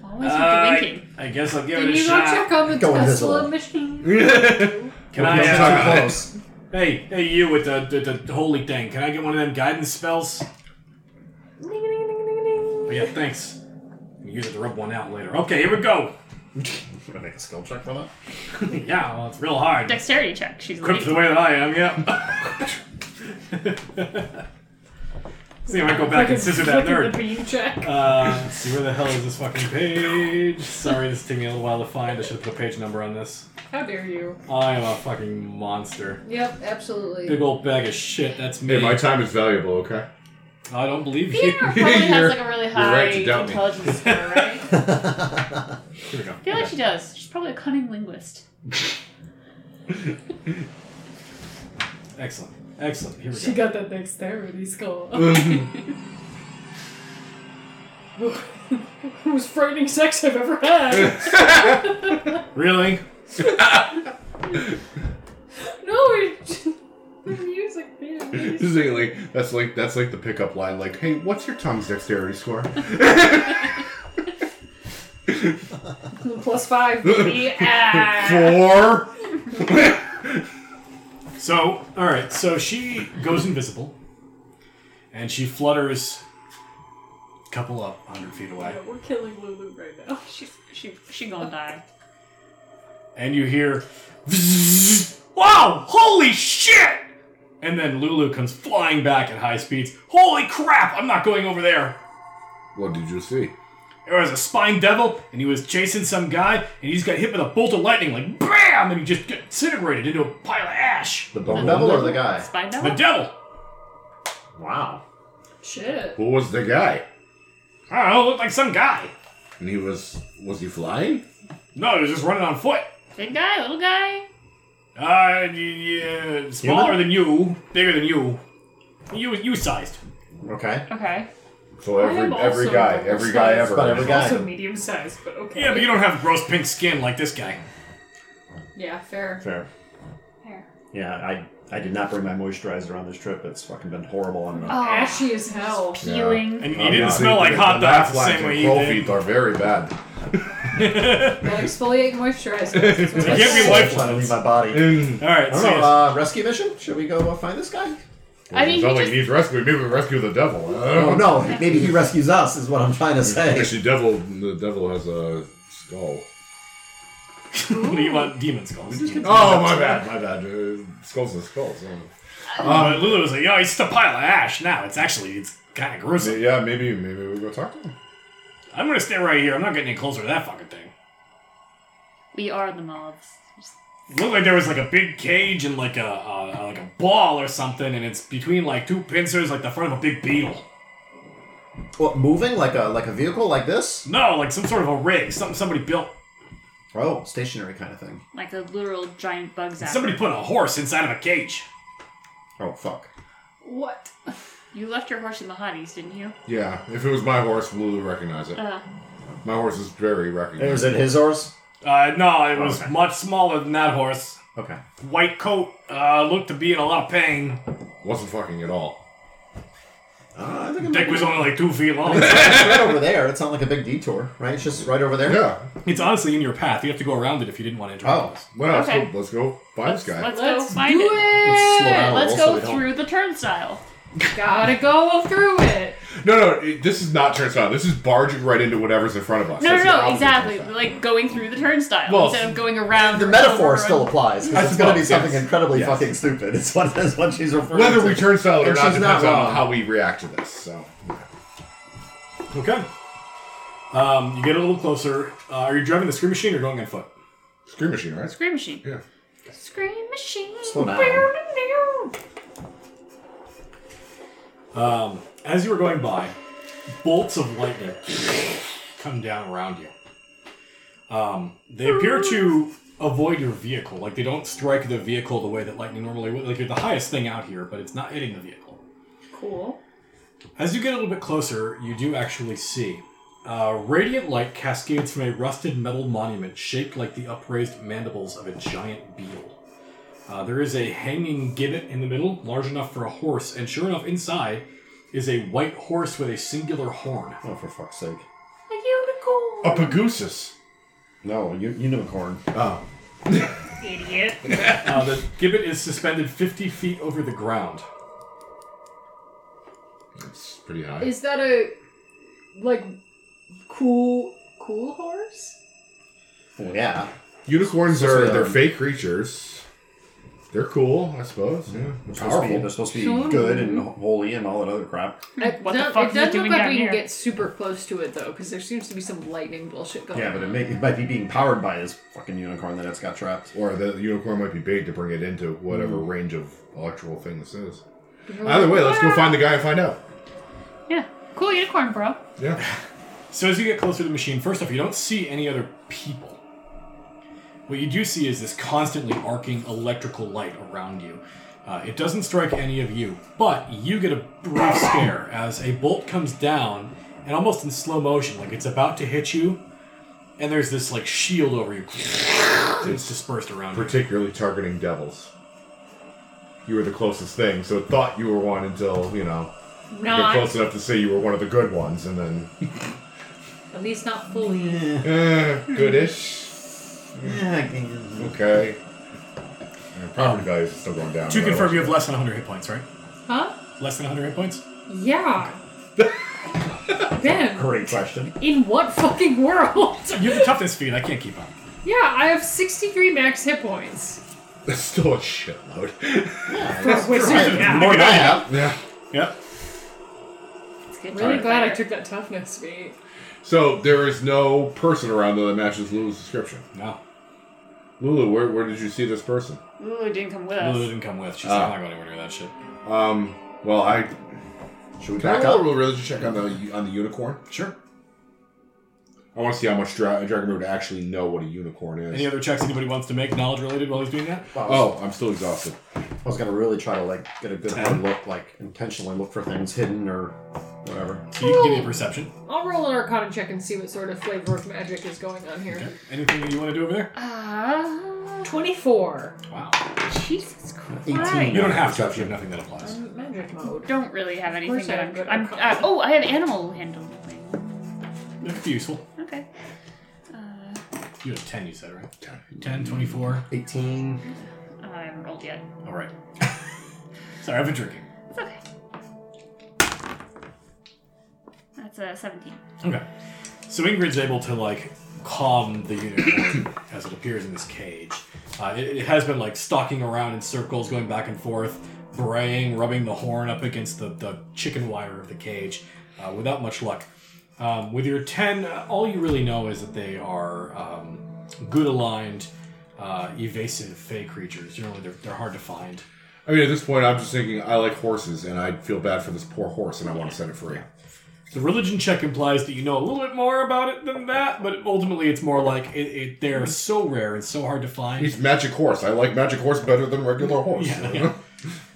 Always with the winking. I guess I'll give Can you go check on the Go Tesla invisible. machine? Can Don't I? get Uh, too close. hey, hey, you with the, the the holy thing. Can I get one of them guidance spells? Oh, yeah, thanks. You use it to rub one out later. Okay, here we go. Should I make a skill check for that? yeah, well, it's real hard. Dexterity check. She's Equipped the leading. way that I am, yeah. see, I might go back and scissor that Look at nerd. The beam check. Uh, let's see, where the hell is this fucking page? Sorry, this took me a little while to find. I should have put a page number on this. How dare you? I am a fucking monster. Yep, absolutely. Big old bag of shit, that's me. hey, my time is valuable. Okay. I don't believe you. Peter probably has You're- like a really you're high right to doubt me. intelligence score, right? I Here we go. feel like she does. She's probably a cunning linguist. Excellent. Excellent. Here we She go. got that dexterity skull. *laughs* Most frightening sex I've ever *laughs* had. Really? no, it, the music, man. This is like that's like that's like the pickup line. Like, hey, what's your tongue's dexterity score? *laughs* Plus five, *laughs* baby. ah. Four. So, alright, so she goes invisible. And she flutters a couple up, 100 feet away. Yeah, We're killing Lulu right now. She's she she gonna die. and you hear, *laughs* "Vzz, wow, holy shit! And then Lulu comes flying back at high speeds. Holy crap, I'm not going over there. What did you see? There was a spine devil, and he was chasing some guy, and he just got hit with a bolt of lightning, like BAM! And he just got disintegrated into a pile of ash. The The bumble. devil or the guy? Spine The devil? devil! Wow. Shit. Who was the guy? I don't know, looked like some guy. And he was was he flying? No, he was just running on foot. Big guy, little guy. Uh, yeah, smaller than you, bigger than you. You, you sized. Okay. Okay. So I every am every also guy, double every guy sized. ever. But every guy. Also medium sized, but okay. Yeah, but you don't have gross pink skin like this guy. Yeah, fair. Fair. Fair. Yeah, I I did not bring my moisturizer on this trip. It's fucking been horrible on the. Oh, Ashy as hell. peeling. And he Oh, didn't no, smell the- like the- hot the dogs the laugh same lines way and he crow did. feet are very bad. Gotta exfoliate and moisturize. *laughs* That's what I Give me said. life trying to lines. leave my body. All right, I don't so know. yes. Uh, rescue mission? Should we go uh, find this guy? I mean, it's not he like he needs rescue. Maybe we rescue the devil. I Oh don't know. no, maybe he rescues us. Is what I'm trying *laughs* to say. Actually, devil. The devil has a skull. what do you want? Demon skulls. Oh *laughs* my bad, my bad. Uh, skulls and skulls. yeah. Uh, Lulu was like, "Yo, it's just a pile of ash." Now it's actually it's kind of gruesome. Yeah, maybe maybe we go talk to him. I'm gonna stay right here. I'm not getting any closer to that fucking thing. We are the mobs. It looked like there was like a big cage and like a uh, like a ball or something, and it's between like two pincers, like the front of a big beetle. What moving like a like a vehicle like this? No, like some sort of a rig, something somebody built. Oh, stationary kind of thing. Like a literal giant bug zapper. Somebody put a horse inside of a cage. Oh fuck. What? You left your horse in the hotties, didn't you? Yeah, if it was my horse, Lulu would recognize it. Uh, My horse is very recognized. Is it his horse? Uh, no, it was Okay. much smaller than that horse. Okay. White coat, uh, looked to be in a lot of pain. Wasn't fucking at all. Uh, I think I'm Dick was only like two feet long. it's right over there. It's not like a big detour, right? It's just right over there. Yeah. *laughs* It's honestly in your path. You have to go around it if you didn't want to interrupt Oh. us. Well, Okay. let's, go, let's go find let's, this guy. let's go Let's find do it. Let's slow it. down. Let's Also, go we don't- through the turnstile. Gotta go through it. No, no, it, this is not turnstile. This is barging right into whatever's in front of us. No, no, That's the no, opposite exactly. turnstile. Like going through the turnstile Well, instead of going around. The or metaphor over still and- applies I because it's going to be suppose, something yes. incredibly Yes. fucking stupid. It's what, is what she's referring to. Whether we turnstile or And not she's depends not wrong. on how we react to this. So, Oh. Okay. Um, you get a little closer. Uh, are you driving the screw machine or going on foot? scream machine, right? Scream machine. Yeah. Scream machine. Slow down. Um, as you were going by, bolts of lightning come down around you. Um, they appear to avoid your vehicle. Like they don't strike the vehicle the way that lightning normally would. Like you're the highest thing out here, but it's not hitting the vehicle. Cool. As you get a little bit closer, you do actually see. Uh, radiant light cascades from a rusted metal monument shaped like the upraised mandibles of a giant beetle. Uh, there is a hanging gibbet in the middle, large enough for a horse, and sure enough, inside is a white horse with a singular horn. Oh, for fuck's sake. A unicorn. A pagooses. No, you, unicorn. Oh. Idiot. Uh, the gibbet is suspended 50 feet over the ground. That's pretty high. Is that a like cool cool horse? Well, yeah. Unicorns are Supposed to be, they're um, fake creatures. They're cool, I suppose. Yeah, They're they're supposed, to Mm-hmm. be, they're powerful. supposed to be Sure. good and holy and all that other crap. It, What the does- fuck it are does you look doing like down we here? can get super close to it though, because there seems to be some lightning bullshit going. Yeah, but it, on. may, it might be being powered by this fucking unicorn that it's got trapped. Or the unicorn might be bait to bring it into whatever range of electrical thing this is. Either way, let's go find the guy and find out. Yeah. Cool unicorn, bro. Yeah. So as you get closer to the machine, first off, you don't see any other people. What you do see is this constantly arcing electrical light around you. Uh, it doesn't strike any of you, but you get a *coughs* brief scare as a bolt comes down and almost in slow motion, like it's about to hit you, and there's this like shield over *coughs* you. It's dispersed around you. *laughs* Particularly targeting devils. You were the closest thing, so it thought you were one until, you know, you get Not- close enough to say you were one of the good ones, and then, At least not fully. eh, goodish. Okay. And property values are still going down. To but I confirm, don't- you have less than 100 hit points, right? Huh? Less than 100 hit points? *laughs* Yeah. ben, Great question. in what fucking world? *laughs* You have the toughness feat. I can't keep up. Yeah, I have 63 max hit points. *laughs* That's still a shitload. For a wizard now. More than I have. yeah. Yep. Let's get Really to glad I it. took that toughness feat. So there is no person around though that matches Lulu's description. No. Lulu, where, where did you see this person? Lulu didn't come with Lulu us. didn't come with. She's Ah. like, I'm not going anywhere near that shit. Um. Well, I Should we can back I roll up? a religion check on the on the unicorn. Sure. I want to see how much Dra- Dragonbird would actually know what a unicorn is. Any other checks anybody wants to make knowledge related while he's doing that? Wow, oh, I'm still exhausted. I was gonna really try to like get a good Ten. hard look, like intentionally look for things hidden or whatever. So you can give me a perception. I'll roll an arcana check and see what sort of flavor of magic is going on here. Okay. Anything that you want to do over there? Ah. 24. Wow. Jesus Christ. You don't on have to. if You perception. have nothing that applies. Magic mode. Don't really have anything course I that have I'm. good I'm arcana. uh, oh, I have animal handling. That could be useful. Okay. Uh, You have 10, you said, right? 10. 24. 18. I haven't rolled yet. All right. *laughs* Sorry, I've been drinking. It's okay. That's a 17. Okay. So Ingrid's able to like calm the unicorn *coughs* as it appears in this cage. Uh, it, it has been like stalking around in circles, going back and forth, braying, rubbing the horn up against the, the chicken wire of the cage, uh, without much luck. Um, with your ten, uh, all you really know is that they are um, good aligned, uh, evasive fey creatures. Generally, they're, they're hard to find. I mean, at this point, I'm just thinking I like horses, and I feel bad for this poor horse, and I want to set it free. The religion check implies that you know a little bit more about it than that, but ultimately it's more like it, it, they're so rare and so hard to find. He's magic horse. I like magic horse better than regular horse. Yeah, yeah.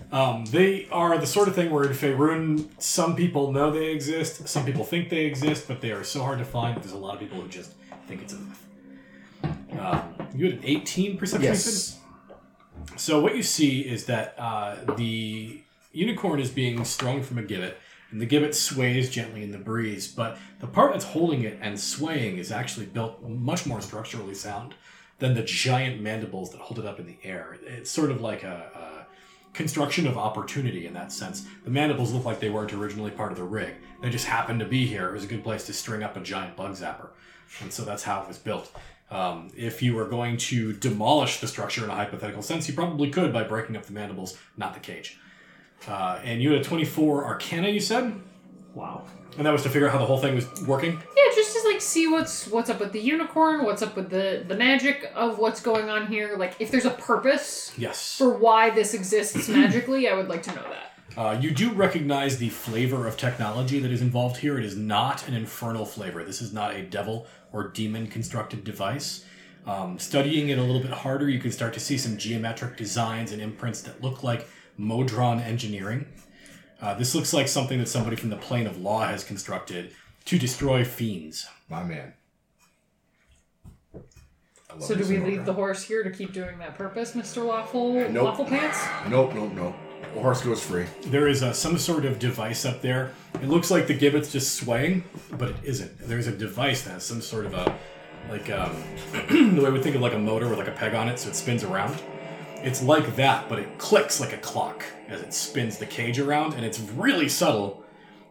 Um, they are the sort of thing where in Faerun, some people know they exist, some people think they exist, but they are so hard to find that there's a lot of people who just think it's a myth. Um, you had an 18 perception. you said? Yes. So what you see is that uh, the unicorn is being strung from a gibbet, and the gibbet sways gently in the breeze. But the part that's holding it and swaying is actually built much more structurally sound than the giant mandibles that hold it up in the air. It's sort of like a, a construction of opportunity in that sense. The mandibles look like they weren't originally part of the rig; they just happened to be here. It was a good place to string up a giant bug zapper, and so that's how it was built. Um, if you were going to demolish the structure in a hypothetical sense, you probably could by breaking up the mandibles, not the cage. Uh, and you had a 24 arcana, you said? Wow. And that was to figure out how the whole thing was working? Yeah, just to like see what's what's up with the unicorn, what's up with the the magic of what's going on here. Like if there's a purpose Yes. for why this exists magically, I would like to know that. Uh, you do recognize the flavor of technology that is involved here. It is not an infernal flavor. This is not a devil or demon constructed device. Um, studying it a little bit harder, you can start to see some geometric designs and imprints that look like Modron engineering. Uh, this looks like something that somebody from the plane of law has constructed to destroy fiends. *laughs* My man. I love So me do some we leave Modron. the horse here to keep doing that purpose, Mr. Waffle Nope. Waffle Pants? Nope, nope, nope. The horse goes free. There is uh some sort of device up there. It looks like the gibbet's just swaying, but it isn't. There's a device that has some sort of a, like, um, *clears throat* the way we think of like a motor with like a peg on it, so it spins around. It's like that, but it clicks like a clock as it spins the cage around, and it's really subtle.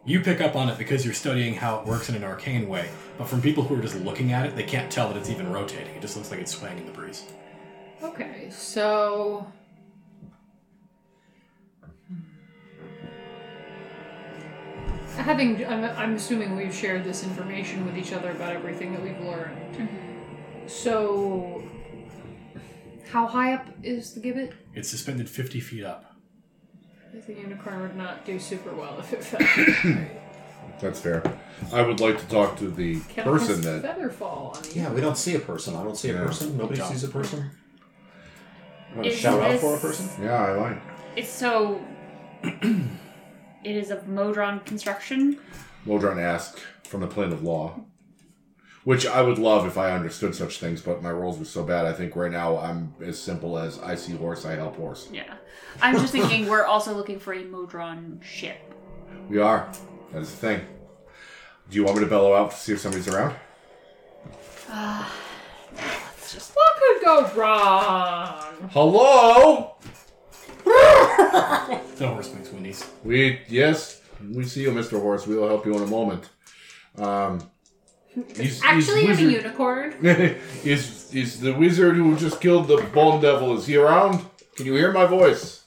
You pick up on it because you're studying how it works in an arcane way, but from people who are just looking at it, they can't tell that it's even rotating. It just looks like it's swaying in the breeze. Okay, so hmm. having I'm, I'm assuming we've shared this information with each other about everything that we've learned. So how high up is the gibbet? It's suspended 50 feet up. The unicorn would not do super well if it fell. That's fair. I would like to talk to the person that that. feather fall on you. Yeah, we don't see a person. I don't see Yeah. a person. Nobody Don't. sees a person. Want to Is shout out this- for a *laughs* person? Yeah, I like. It's *clears throat* so. it is of Modron construction. Modron asked from the plane of law, which I would love if I understood such things, but my roles were so bad. I think right now I'm as simple as I see horse, I help horse. Yeah. I'm just thinking we're also looking for a Modron ship. We are. That is the thing. Do you want me to bellow out to see if somebody's around? It's just What could go wrong? Hello. The horse makes Wendy's. We yes, we see you, Mister Horse. We will help you in a moment. Um, he's, Actually, he's I'm a wizard- unicorn. *laughs* is is the wizard who just killed the bone devil? Is he around? Can you hear my voice?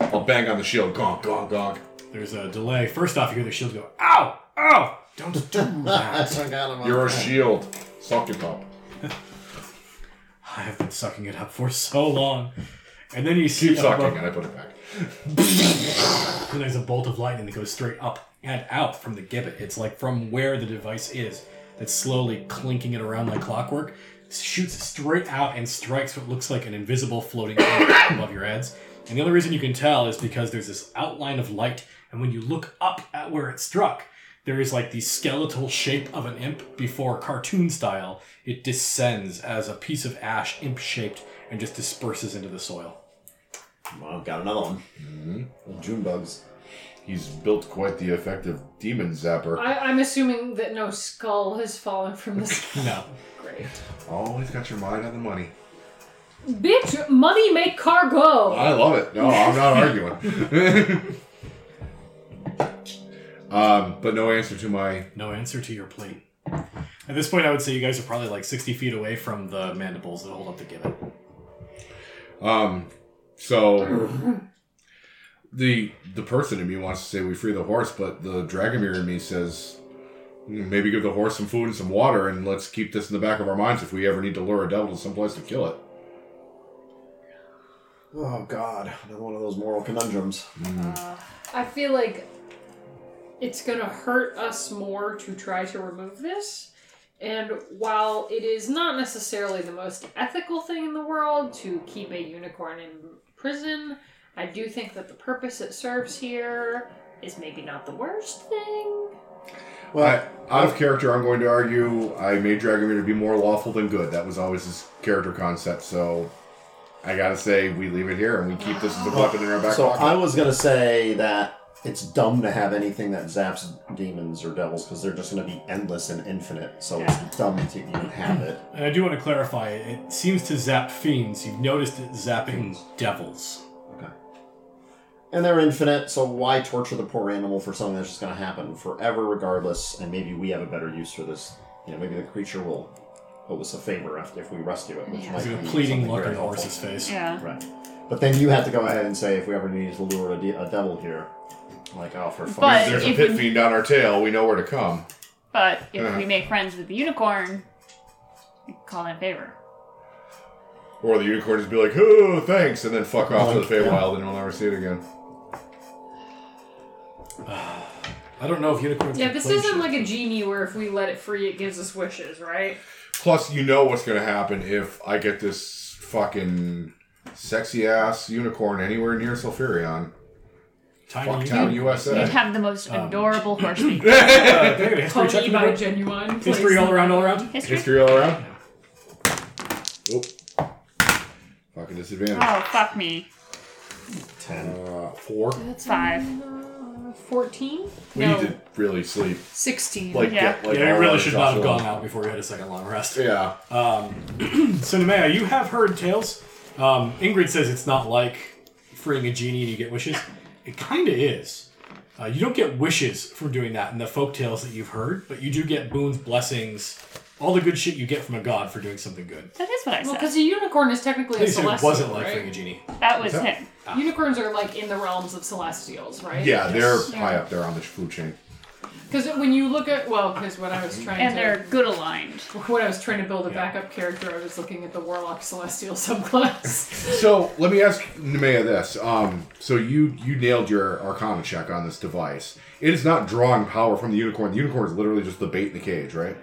I'll bang on the shield. Gonk, gonk, gonk. There's a delay. First off, you hear the shield go, ow, ow! Don't do that. I got him. You're a shield. Suck it up. I have been sucking it up for so long. And then you see Keep above- sucking, and I put it back. and there's a bolt of lightning that goes straight up and out from the gibbet. It's like from where the device is that's slowly clinking it around like clockwork. Shoots straight out and strikes what looks like an invisible floating *coughs* object above your heads. And the only reason you can tell is because there's this outline of light, and when you look up at where it struck, there is like the skeletal shape of an imp before cartoon style. It descends as a piece of ash, imp shaped, and just disperses into the soil. Well, got another one. Mm-hmm. Little June bugs. He's built quite the effective demon zapper. I, I'm assuming that no skull has fallen from *laughs* the sky. No. Great. Always Oh, got your mind on the money. Bitch, money make cargo. I love it. No, I'm not arguing. *laughs* um, but no answer to my. No answer to your plea. At this point, I would say you guys are probably like 60 feet away from the mandibles that hold up the gibbet. Um, so the the person in me wants to say we free the horse, but the Dragomir in me says "Mm, maybe give the horse some food and some water, and let's keep this in the back of our minds if we ever need to lure a devil to someplace to kill it. Oh God, another one of those moral conundrums. Hmm. I feel like it's gonna hurt us more to try to remove this. And while it is not necessarily the most ethical thing in the world to keep a unicorn in prison, I do think that the purpose it serves here is maybe not the worst thing. Well, I, out of character, I'm going to argue I made Dragomir to be more lawful than good. That was always his character concept, so I gotta say we leave it here and we keep this as a weapon in our back so pocket. I was gonna say that it's dumb to have anything that zaps demons or devils because they're just gonna be endless and infinite. So it's dumb to even have it. And I do want to clarify it seems to zap fiends. You've noticed it zapping devils. And they're infinite, so why torture the poor animal for something that's just gonna happen forever, regardless? And maybe we have a better use for this. You know, maybe the creature will owe us a favor if, if we rescue it, which Yeah. Like might be a pleading something look on very the helpful. horse's face. Yeah. Right. But then you have to go ahead and say if we ever need to lure a, de- a devil here, like oh for fun. But- There's a If pit we- fiend on our tail. We know where to come. But if Yeah. we make friends with the unicorn, we can call in favor. Or the unicorn just be like, "Oh, thanks," and then fuck off to the Yeah. Feywild, and we'll never see it again. I don't know if unicorns. Yeah, can this play isn't shit. like a genie where if we let it free, it gives us wishes, right? Plus, you know what's gonna happen if I get this fucking sexy ass unicorn anywhere near Sulfurion. tiny. Fucktown, You'd USA. have the most adorable horse meat. Uh, there you go. History check Pony by number. genuine. History all around, all around. History? History all around. Oh. Fucking disadvantage. Oh, fuck me. Ten. Uh, four. That's five. Fourteen. We No. need to really sleep. 16. Like, Yeah. get, like yeah, all it really our should shots not have off. gone out before we had a second long rest. Yeah. So, Nemea, you have heard tales. Um, Ingrid says it's not like freeing a genie and you get wishes. It kind of is. Uh, you don't get wishes from doing that in the folk tales that you've heard, but you do get boons, blessings, all the good shit you get from a god for doing something good. That is what I Well, said. because a unicorn is technically They a said it celestial, wasn't like Ah. freeing a right? genie. That was Yeah. him. Unicorns are like in the realms of celestials, right? Yes. Yeah, they're high up there on the food chain. Because when you look at well, because what I was trying And to they're good aligned. what I was trying to build a Yeah. backup character, I was looking at the warlock celestial *laughs* *laughs* subclass. So let me ask Nemea this. Um, so you you nailed your Arcana check on this device. It is not drawing power from the unicorn. The unicorn is literally just the bait in the cage, right?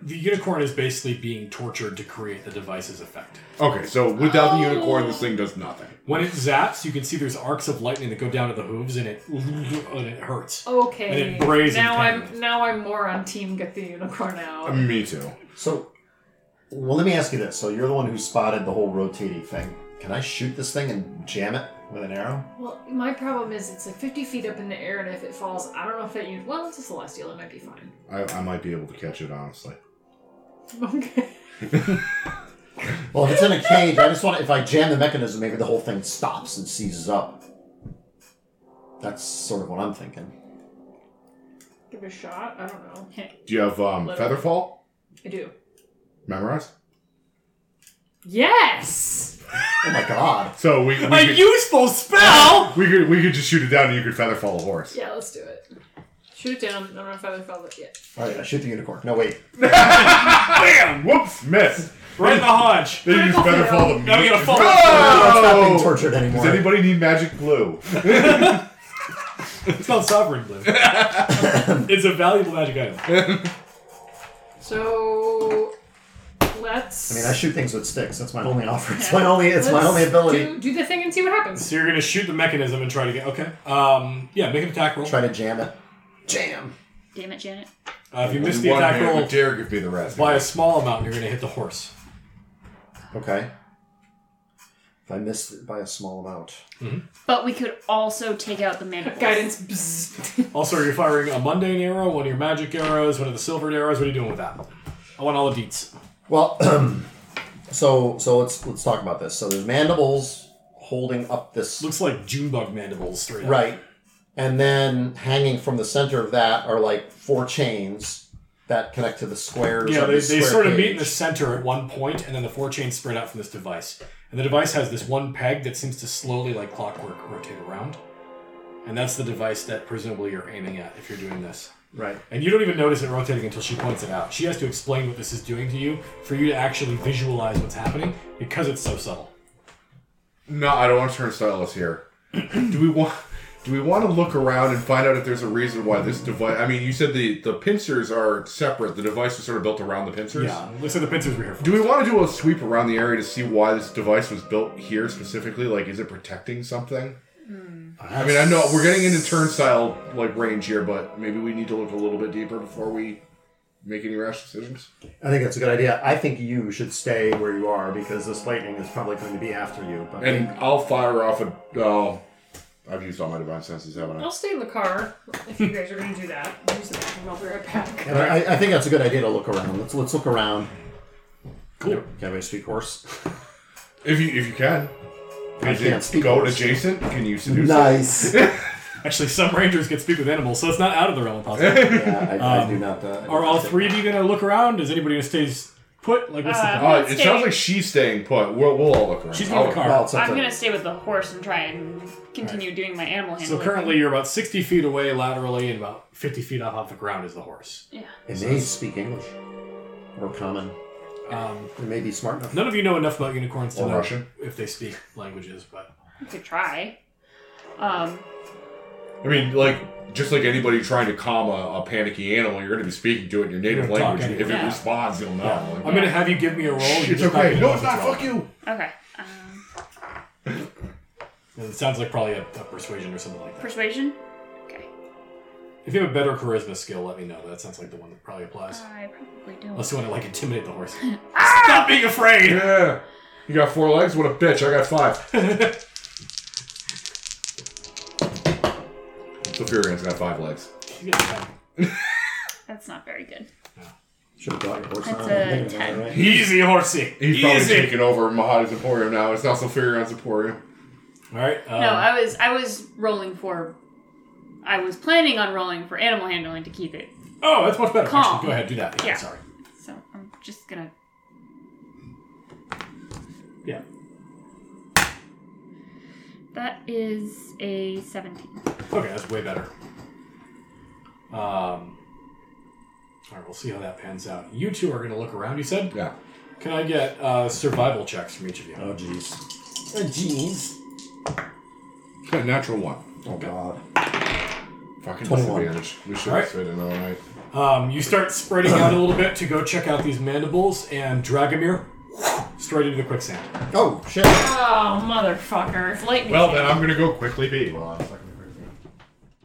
The unicorn is basically being tortured to create the device's effect. Okay, so without the unicorn, this thing does nothing. When it zaps, you can see there's arcs of lightning that go down to the hooves, and it and it hurts. okay. And it brays now in I'm now I'm more on team get the unicorn out. Me too. So, well, let me ask you this. So you're the one who spotted the whole rotating thing. Can I shoot this thing and jam it with an arrow? Well, my problem is it's like 50 feet up in the air, and if it falls, I don't know if that you. Well, it's a celestial, it might be fine. *laughs* I, I might be able to catch it honestly. Okay. Well, if it's in a cage, I just want to, if I jam the mechanism, maybe the whole thing stops and seizes up. That's sort of what I'm thinking. Give it a shot. I don't know. Do you have um, Literally. Featherfall I do. memorized? Yes! Oh my god. So we Oh. we A could, useful spell. we could we could just shoot it down and you could Featherfall a horse. Yeah, let's do it. Shoot it down. I don't know if I fell it yet. All right, I shoot the unicorn. No, wait. Bam! Whoops! Miss. Right in the haunch. Then you just Critical Featherfall the meat. Now we gotta follow- That's not being Oh! tortured anymore. Does anybody need magic glue? It's called sovereign blue. it's a valuable magic item. So. Let's. I mean, I shoot things with sticks. That's my only offer. It's my only. It's my only ability. Do, do the thing and see what happens. So you're gonna shoot the mechanism and try to get okay. Um, yeah, make an attack roll. Try to jam it. Jam. Damn it, Janet. Uh, if you miss the One attack man roll would dare give me the rest. by a small amount, you're gonna hit the horse. Okay. If I missed it by a small amount, But we could also take out the mandibles. Guidance. Bzzz. Also, are you firing a mundane arrow, one of your magic arrows, one of the silvered arrows? What are you doing with that? I want all the deets. well, *clears throat* so so let's let's talk about this. So there's mandibles holding up this Looks like June bug mandibles straight up. right, and then hanging from the center of that are like four chains that connect to the squares. Yeah, of they, this they square sort of meet in cage. the center at one point, and then the four chains spread out from this device. And the device has this one peg that seems to slowly, like clockwork, rotate around. And that's the device that presumably you're aiming at if you're doing this. right. And you don't even notice it rotating until she points it out. She has to explain what this is doing to you for you to actually visualize what's happening because it's so subtle. No, I don't want to turn stylus here. do we want? Do we want to look around and find out if there's a reason why this device? I mean, you said the the pincers are separate. The device was sort of built around the pincers. Yeah, looks like the pincers were here for. Do we want to do a sweep around the area to see why this device was built here specifically? Like, is it protecting something? I mean, I know we're getting into turnstile like range here, but maybe we need to look a little bit deeper before we make any rash decisions. I think that's a good idea. I think you should stay where you are because this lightning is probably going to be after you. But And I'll fire off a. Oh, I've used all my divine senses, haven't I? I'll stay in the car if you guys are going to do that. Use the bathroom, I'll be right back. And I, I think that's a good idea to look around. Let's let's look around. Cool. Can I speak *laughs* horse? If you if you can. I Is can't it speak goat horse. adjacent? Can you seduce it? Nice. *laughs* yeah, Actually, some rangers can speak with animals, so it's not out of the realm of *laughs* possibility. I, I do not. Uh, I do Um, Are not all say- three of you gonna look around? Is anybody gonna stay s- put? Like, what's the Uh, plan? Uh, it sounds like she's staying put. We'll, we'll all look around. She's I'll in the look car. *laughs* Well, it's up I'm to- gonna stay with the horse and try and continue doing my animal So handling. currently, you're about 60 feet away laterally, and about 50 feet off off the ground is the horse. Yeah. And they speak English or common. Um, They may be smart enough. none of you know enough about unicorns to Or know Russian. if they speak languages, but We could try. Um, I mean, like just like anybody trying to calm a, a panicky animal, you're going to be speaking to it in your native You're gonna talk language. If it anyway. responds, you'll know. Like, I'm gonna have you give me a roll. "Shh, you're it's just not okay. gonna No, know it's if not. wrong. Fuck you. Okay. Um, It sounds like probably a, a persuasion or something like that. persuasion. Okay. If you have a better charisma skill, let me know. That sounds like the one that probably applies. I probably Unless you don't. want to like intimidate the horse. Stop being afraid. Yeah. You got four legs? What a bitch. I got *laughs* five. So Furion's got five legs. That's not very good. Should have brought your horse That's around. a I'm thinking about it, right? Easy, horsey. He's probably Easy. taking over Mahadi's Emporium now. It's not so Furion's Emporium. All right. Um, no, I was I was rolling for. I was planning on rolling for animal handling to keep it. oh, that's much better. Calm. Actually, go ahead, do that. Yeah, Yeah. Sorry. So I'm just gonna. Yeah. That is a 17. Okay, that's way better. Um. All right, we'll see how that pans out. You two are going to look around. You said, Yeah. "Can I get uh, survival checks from each of you?" Oh, jeez. Oh, jeez. Got a natural one. Oh, God. Fucking 21. disadvantage. We should Alright. have fit in all right. Um, you start spreading out a little bit to go check out these mandibles, and Dragomir straight into the quicksand. Oh, shit. Oh, motherfucker. Lightning. Well, then I'm going to go quickly pee. Well, I'm fucking